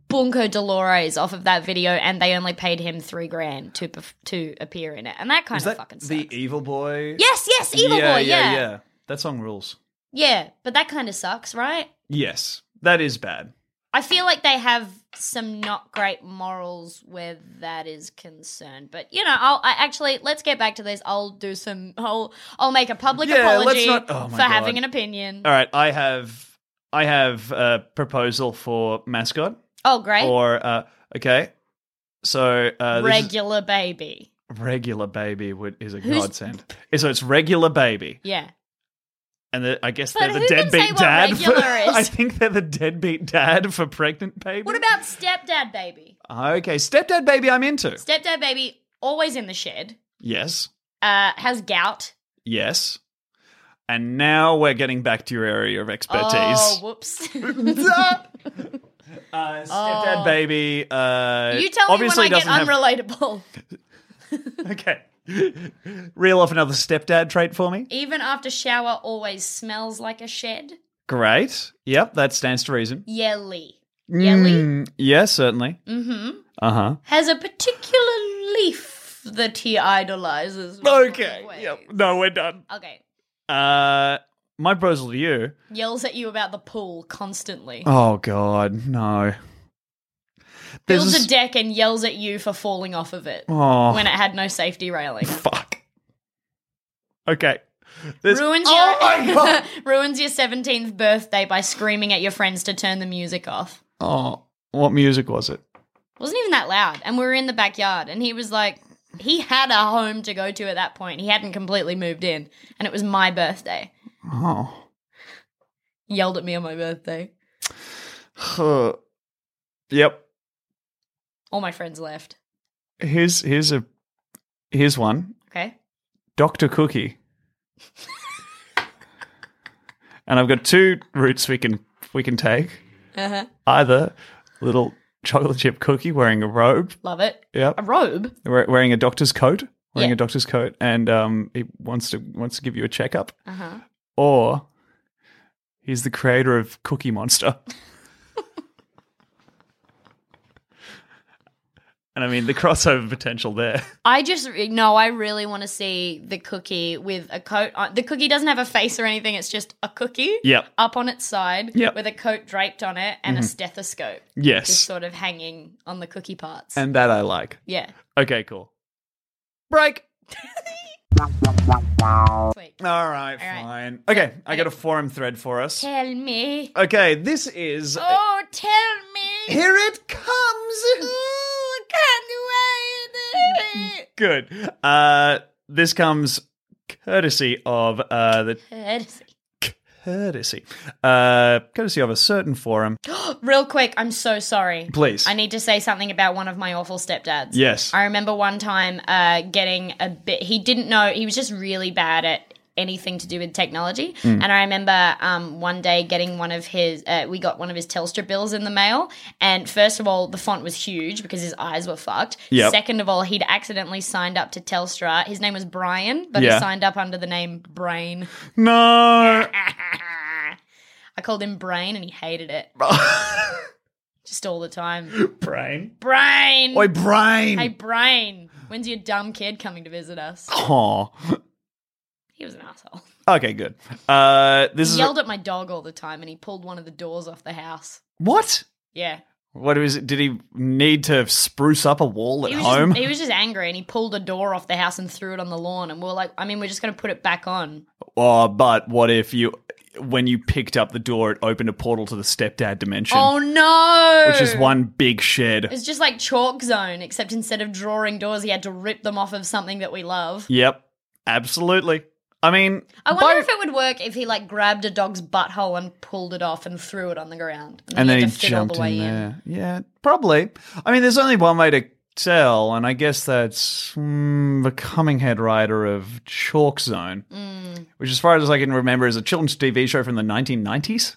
S3: Bunko Dolores off of that video, and they only paid him three grand to perf- to appear in it, and that kind
S4: Is
S3: of
S4: that
S3: fucking sucks.
S4: the evil boy?
S3: yes, yes, Evil Boy,
S4: yeah,
S3: yeah.
S4: yeah. That song rules.
S3: yeah, but that kind of sucks, right?
S4: Yes, that is bad.
S3: I feel like they have some not great morals where that is concerned. But you know, I'll I actually let's get back to this. I'll do some. I'll I'll make a public
S4: Yeah, let's
S3: apology
S4: not- oh my
S3: for
S4: God.
S3: having an opinion.
S4: All right, I have I have a proposal for mascot
S3: oh great,
S4: or uh, okay. So uh, this is-
S3: regular baby.
S4: regular baby would, is a
S3: Who's-
S4: godsend. Eh, So it's regular baby,
S3: Yeah,
S4: and the- I guess
S3: But
S4: they're the
S3: who can say
S4: deadbeat
S3: what
S4: dad. For,
S3: regular is?
S4: <laughs> I think they're the deadbeat dad for pregnant baby. Ah,
S3: what about stepdad baby?
S4: okay stepdad baby? I'm into
S3: Stepdad baby always in the shed.
S4: yes,
S3: Uh, has gout.
S4: yes. And now we're getting back to your area of expertise.
S3: Oh,
S4: <laughs>
S3: whoops. <laughs>
S4: Uh, stepdad baby. Uh,
S3: you tell me when
S4: obviously
S3: I get
S4: doesn't have-
S3: unrelatable.
S4: <laughs> Okay. Reel off another stepdad trait for me.
S3: Even after shower, always smells like a shed.
S4: Great. Yep, that stands to reason.
S3: Yelly. Yelly.
S4: Mm, yeah, certainly.
S3: Mm-hmm.
S4: Uh huh.
S3: has a particular leaf that he idolizes.
S4: Okay.
S3: Wait.
S4: Yep. No, we're done.
S3: Okay.
S4: Uh, my proposal to you.
S3: Yells at you about the pool constantly.
S4: Oh God, no. There's
S3: Builds
S4: this-
S3: a deck and yells at you for falling off of it
S4: Oh
S3: when it had no safety railing.
S4: fuck. Okay. There's
S3: Ruins your
S4: Oh
S3: <laughs>
S4: my God.
S3: ruins your seventeenth birthday by screaming at your friends to turn the music off.
S4: Oh, what music was it?
S3: Wasn't even that loud, and we were in the backyard, and he was like, he had a home to go to at that point. He hadn't completely moved in, and it was my birthday.
S4: Oh. <sighs>
S3: Yelled at me on my birthday.
S4: Huh. Yep.
S3: All my friends left.
S4: Here's here's a here's one.
S3: Okay.
S4: Dr. Cookie. and I've got two routes we can we can take.
S3: Uh-huh.
S4: Either little chocolate chip cookie wearing a robe,
S3: Love it.
S4: yep,
S3: A robe.
S4: wear- wearing a doctor's coat, wearing
S3: Yeah.
S4: a doctor's coat, and um, he wants to wants to give you a checkup,
S3: Uh huh.
S4: or he's the creator of Cookie Monster. <laughs> and I mean the crossover potential there.
S3: I just no. I really want to see the cookie with a coat. on. The cookie doesn't have a face or anything. It's just a cookie.
S4: Yep.
S3: Up on its side.
S4: Yep.
S3: With a coat draped on it and a stethoscope just
S4: Mm-hmm. Yes,
S3: sort of hanging on the cookie parts.
S4: and that I like.
S3: yeah.
S4: Okay, cool. Break.
S3: <laughs> Sweet.
S4: All right,
S3: right.
S4: fine. Okay, I got a forum thread for us.
S3: Tell me.
S4: Okay, this is.
S3: Oh, tell me.
S4: Here it comes!
S3: Ooh, can't
S4: <laughs>
S3: wait.
S4: Good. Uh, this comes courtesy of uh, the
S3: Courtesy.
S4: courtesy, uh, courtesy of a certain forum.
S3: Real quick, I'm so sorry.
S4: Please.
S3: I need to say something about one of my awful stepdads.
S4: Yes.
S3: I remember one time uh, getting a bit. He didn't know. He was just really bad at anything to do with technology.
S4: Mm.
S3: And I remember um, one day getting one of his. Uh, we got one of his Telstra bills in the mail. And first of all, the font was huge because his eyes were fucked.
S4: Yep.
S3: Second of all, he'd accidentally signed up to Telstra. His name was Brian, but
S4: Yeah.
S3: he signed up under the name Brain. <laughs>
S4: No.
S3: I called him Brain, and he hated it just all the
S4: <gasps>
S3: time.
S4: Brain.
S3: Brain.
S8: Oi, Brian.
S3: Hey, Brian, when's your dumb kid coming to visit us?
S4: Aw.
S3: He was an asshole.
S4: Okay, good. Uh, this
S3: He
S4: is
S3: yelled at my dog all the time and he pulled one of the doors off the house.
S4: what?
S3: Yeah.
S4: What is it? Did he need to spruce up a wall at
S3: He was,
S4: home?
S3: Just, he was just angry and he pulled a door off the house and threw it on the lawn. And we are like, I mean, we're just going to put it back on.
S4: Oh, but what if you, when you picked up the door, it opened a portal to the stepdad dimension,
S3: Oh, no.
S4: which is one big shed.
S3: It's just like Chalk Zone, except instead of drawing doors, he had to rip them off of something that we love.
S4: Yep, absolutely. I mean,
S3: I wonder if it would work if he like grabbed a dog's butthole and pulled it off and threw it on the ground.
S4: and then
S3: had
S4: he
S3: to fit all the
S4: jumped in
S3: way
S4: there. Yeah, probably. I mean, there's only one way to Estelle, and I guess that's mm, the coming head writer of Chalk Zone,
S3: Mm.
S4: which, as far as I can remember, is a children's TV show from the 1990s.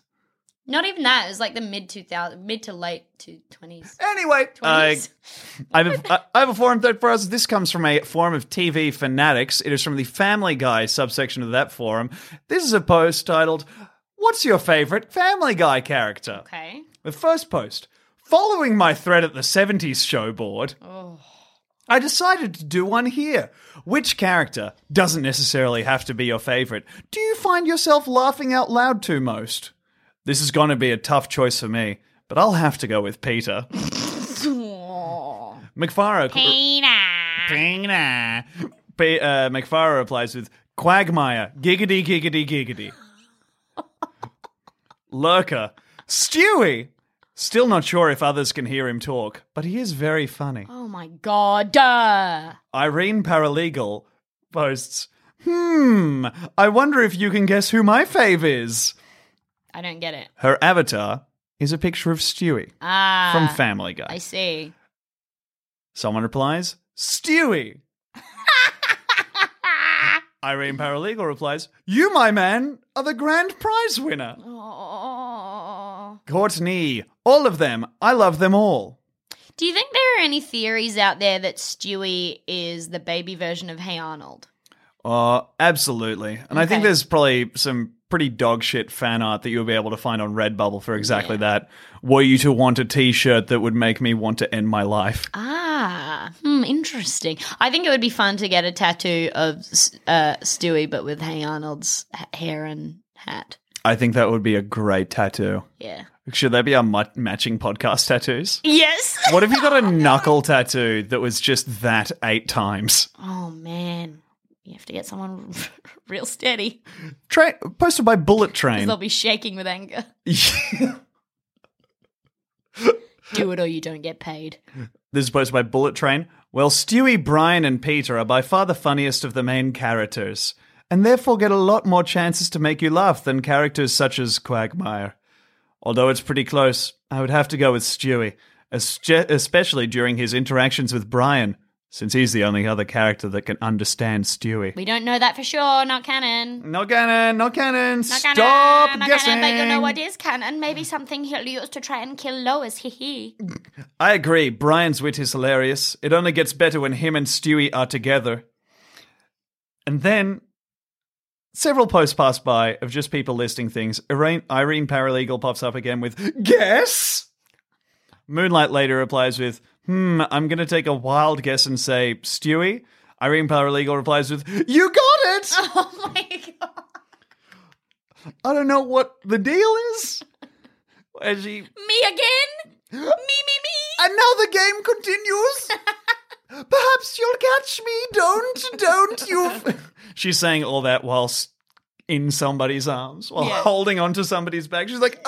S3: Not even that. It was like the mid 2000s, mid to late to 20s.
S4: <laughs> Anyway, I,
S3: 20s.
S4: I, have a, I have a forum thread for us. This comes from a forum of TV fanatics. It is from the Family Guy subsection of that forum. This is a post titled, What's Your Favorite Family Guy Character?
S3: Okay.
S4: The first post. Following my thread at the 70s show board, I decided to do one here. Which character doesn't necessarily have to be your favorite? Do you find yourself laughing out loud to most? This is going to be a tough choice for me, but I'll have to go with Peter. McFarrow. Peter. Pe- uh, McFarrow replies with Quagmire, giggity, giggity, giggity. Lurker, Stewie. Still not sure if others can hear him talk, but he is very funny.
S3: Oh my god. Duh.
S4: Irene Paralegal posts, Hmm, I wonder if you can guess who my fave is.
S3: I don't get it.
S4: Her avatar is a picture of Stewie
S3: Ah.
S4: from Family Guy.
S3: I see.
S4: Someone replies,
S3: <laughs>
S4: Stewie. Irene Paralegal replies, You, my man, are the grand prize winner.
S3: Oh.
S4: Courtney, all of them. I love them all.
S3: Do you think there are any theories out there that Stewie is the baby version of Hey Arnold?
S4: Uh, absolutely. And I think
S3: Okay.
S4: there's probably some pretty dog shit fan art that you'll be able to find on Redbubble for exactly that. Were you to want a t shirt that would make me want to end my life?
S3: Ah, hmm, interesting. I think it would be fun to get a tattoo of uh, Stewie, but with Hey Arnold's ha- hair and hat.
S4: I think that would be a great tattoo.
S3: Yeah.
S4: Should that be our mu- matching podcast tattoos?
S3: Yes.
S4: What if you got <laughs> a knuckle tattoo that was just that eight times?
S3: Oh man, you have to get someone <laughs> real steady.
S4: Tra- posted by Bullet
S3: 'cause
S4: Train.
S3: They'll be shaking with
S4: <laughs>
S3: anger. Do it or you don't get paid.
S4: This is posted by Bullet Train. Well, Stewie, Brian, and Peter are by far the funniest of the main characters, and therefore get a lot more chances to make you laugh than characters such as Quagmire. Although it's pretty close, I would have to go with Stewie, esche- especially during his interactions with Brian, since he's the only other character that can understand Stewie.
S3: We don't know that for sure. Not canon.
S4: No canon, no canon,
S3: Not
S4: Mm, stop
S3: canon. Not
S4: guessing.
S3: canon. But you know what is canon? Maybe something he'll use to try and kill Lois. Hee hee.
S4: <laughs>
S3: <laughs>
S4: I agree. Brian's wit is hilarious. It only gets better when him and Stewie are together. And then several posts pass by of just people listing things. Irene, Irene Paralegal pops up again with, Guess? Moonlight later replies with, Hmm, I'm going to take a wild guess and say, Stewie? Irene Paralegal replies with, You got it!
S3: Oh my god.
S4: I don't know what the deal is. As she
S3: Me again? Me me me.
S4: And now the game <laughs> continues. Perhaps you'll catch me. Don't, don't you. <laughs> She's saying all that whilst in somebody's arms, while
S3: Yeah.
S4: holding onto somebody's back. She's like,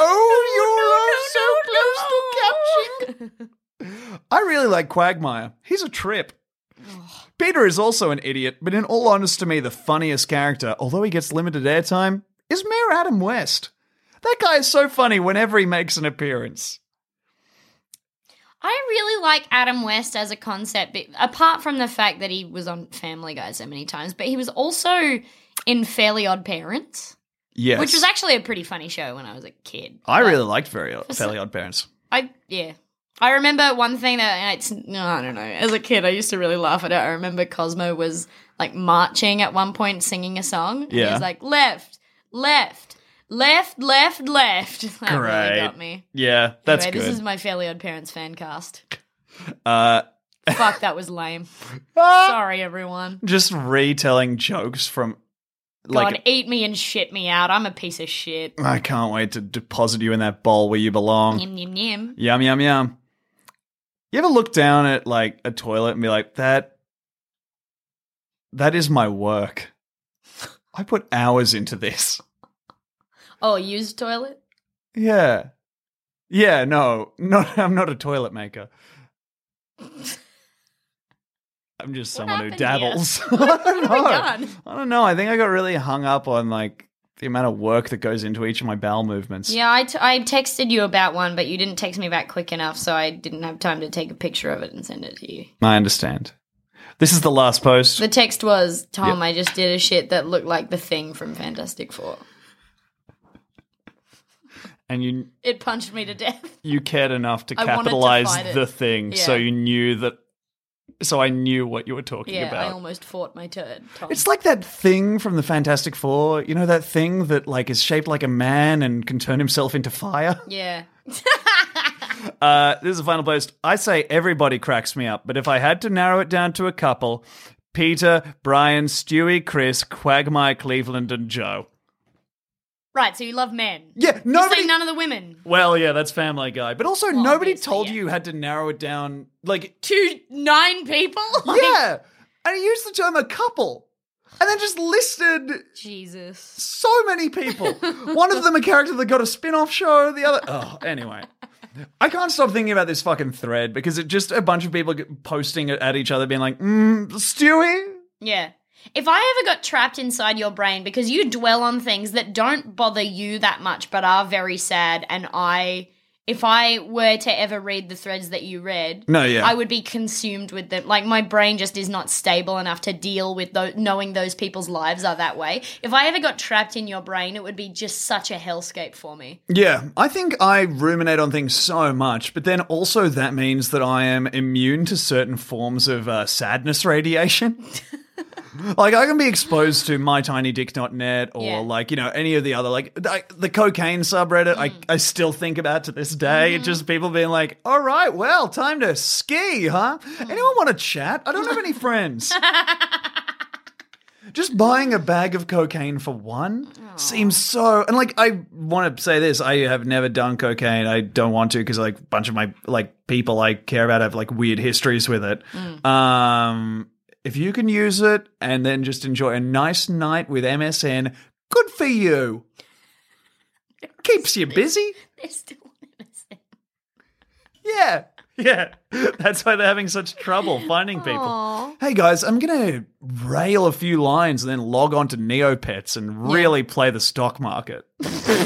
S4: oh, you are so close to catching. I really like Quagmire. He's a trip. Peter is also an idiot, but in all honesty, to me, the funniest character, although he gets limited airtime, is Mayor Adam West. That guy is so funny whenever he makes an appearance.
S3: I really like Adam West as a concept, but apart from the fact that he was on Family Guy so many times, but he was also in Fairly Odd Parents,
S4: Yes.
S3: which was actually a pretty funny show when I was a kid.
S4: I really liked Very Odd, Fairly Odd Parents.
S3: I yeah. I remember one thing that it's no, I don't know. As a kid, I used to really laugh at it. I remember Cosmo was like marching at one point, singing a song. and he
S4: Yeah.
S3: was like left, left, left, left, left. <laughs> That really
S4: Great.
S3: got me.
S4: Yeah, that's
S3: anyway,
S4: good.
S3: This is my Fairly Odd Parents fan cast.
S4: uh,
S3: Fuck, that was
S4: <laughs>
S3: lame. Sorry, everyone.
S4: just retelling jokes from like
S3: God, eat me and shit me out. I'm a piece of shit.
S4: I can't wait to deposit you in that bowl where you belong.
S3: Yum yum yum.
S4: Yum yum yum. You ever look down at like a toilet and be like that? That is my work. I put hours into this.
S3: Oh, used toilet.
S4: Yeah. Yeah, no. No, <laughs> I'm not a toilet maker. I'm just
S3: What <laughs>
S4: someone who
S3: happened here?
S4: dabbles. <laughs>
S3: What- what have
S4: I
S3: we
S4: don't know.
S3: done?
S4: I don't know. I think I got really hung up on like the amount of work that goes into each of my bowel movements.
S3: Yeah, I, t- I texted you about one, but you didn't text me back quick enough, so I didn't have time to take a picture of it and send it to you.
S4: I understand. This is the last post.
S3: The text was, Tom, I just did a shit that looked like the thing from Fantastic Four.
S4: and you
S3: It punched me to death.
S4: you cared enough to
S3: I wanted to
S4: capitalize
S3: fight it.
S4: the thing, so
S3: Yeah.
S4: you knew that. So I knew what you were talking
S3: Yeah,
S4: about.
S3: I almost fought my turd, Tom.
S4: It's like that thing from the Fantastic Four. You know that thing that like is shaped like a man and can turn himself into fire. <laughs>
S3: yeah. <laughs>
S4: Uh, this is the final post. I say everybody cracks me up, but if I had to narrow it down to a couple, Peter, Brian, Stewie, Chris, Quagmire, Cleveland, and Joe.
S3: Right, so you love men.
S4: Yeah,
S3: Nobody-
S4: nobody.
S3: none of the women.
S4: well, yeah, that's Family Guy, but also nobody
S3: obviously,
S4: told
S3: yeah.
S4: you you had to narrow it down. Like
S3: To nine people? <laughs> Like,
S4: yeah, and he used the term a couple, and then just listed
S3: Jesus.
S4: so many people. One of them a character that got a spin-off show, the other oh, anyway. I can't stop thinking about this fucking thread because it just a bunch of people get- posting at each other being like, mm, "Stewie?"
S3: Yeah. If I ever got trapped inside your brain because you dwell on things that don't bother you that much but are very sad, and I, if I were to ever read the threads that you read,
S4: No, yeah.
S3: I would be consumed with them. Like my brain just is not stable enough to deal with those, knowing those people's lives are that way. If I ever got trapped in your brain, it would be just such a hellscape for me. <laughs>
S4: Yeah, I think I ruminate on things so much, but then also that means that I am immune to certain forms of uh, sadness radiation. like I can be exposed to mytinydick.net or
S3: Yeah.
S4: like you know any of the other like I, the cocaine subreddit. I I still think about to this day. It's just people being like, "All right, well, time to ski, huh? Anyone want to chat? I don't have any friends." just buying a bag of cocaine for one seems so and like i want to say this i have never done cocaine i don't want to because like a bunch of my like people i care about have like weird histories with it um if you can use it and then just enjoy a nice night with msn good for you keeps you busy
S3: There's still one MSN.
S4: yeah <laughs> yeah that's why they're having such trouble finding people Hey guys, I'm gonna rail a few lines and then log on to Neopets and really play the
S3: <laughs>
S4: stock market. Did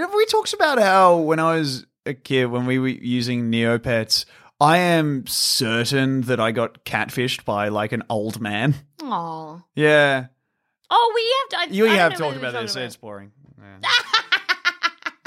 S4: have we talked about how when I was a kid, when we were using Neopets, I am certain that I got catfished by like an old
S3: <laughs>
S4: man.
S3: Aw.
S4: Yeah,
S3: Oh, we have to. I,
S4: you,
S3: I don't
S4: have
S3: know
S4: talked
S3: whether we
S4: about
S3: talked
S4: this.
S3: about <laughs>
S4: It's boring. Yeah.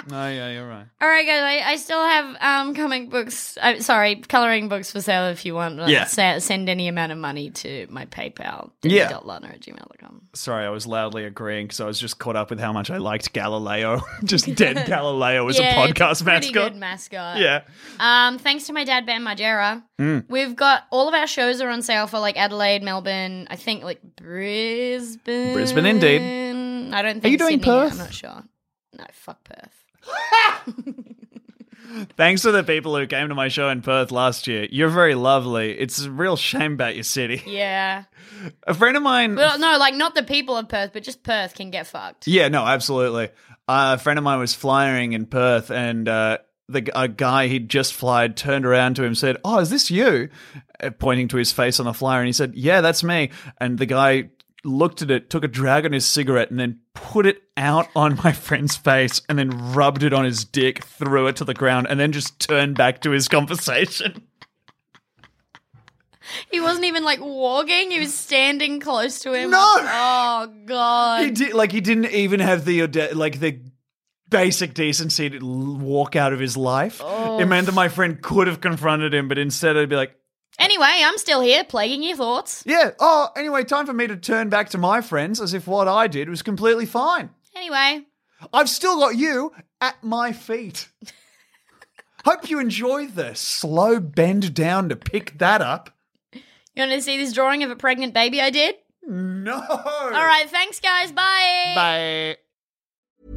S4: no, yeah, you're right.
S3: All right, guys. I, I still have um, comic books. Uh, sorry, coloring books for sale if you want.
S4: Yeah.
S3: Sa- send any amount of money to my PayPal.
S4: Yeah.
S3: Lana at gmail.com.
S4: Sorry, I was loudly agreeing because I was just caught up with how much I liked Galileo. <laughs> just
S3: <laughs>
S4: dead Galileo as a podcast
S3: pretty
S4: mascot.
S3: good mascot.
S4: yeah. Hmm.
S3: Um, thanks to my dad, Ben Margera. We've got all of our shows are on sale for like Adelaide, Melbourne. I think like Brisbane.
S4: Brisbane, indeed.
S3: I don't think.
S4: you doing
S3: Sydney,
S4: Perth?
S3: I'm not sure. No, fuck Perth.
S4: Thanks to the people who came to my show in Perth last year. You're very lovely. It's a real shame about your city.
S3: Yeah.
S4: A friend of mine.
S3: Well, no, like not the people of Perth, but just Perth can get fucked.
S4: Yeah, no, absolutely. Uh, a friend of mine was flying in Perth, and uh, the g- a guy he'd just flied turned around to him, and said, "Oh, is this you?" Uh, Pointing to his face on the flyer, and he said, "Yeah, that's me." And the guy looked at it, took a drag on his cigarette, and then put it out on my <laughs> friend's face, and then rubbed it on his dick, threw it to the ground, and then just turned back to his conversation.
S3: He wasn't even like walking, he was standing close to him.
S4: No!
S3: Oh god.
S4: He did like he didn't even have the auda- like the basic decency to l- walk out of his life.
S3: Oh.
S4: It meant that my friend could have confronted him, but instead I'd be like,
S3: Anyway, I'm still here plaguing your thoughts.
S4: "Yeah, oh, anyway, time for me to turn back to my friends as if what I did was completely fine.
S3: Anyway,
S4: I've still got you at my feet." <laughs> Hope you enjoyed the slow bend down to pick that up.
S3: you want to see this drawing of a pregnant baby I did?
S4: No.
S3: All right, thanks guys. Bye.
S4: Bye.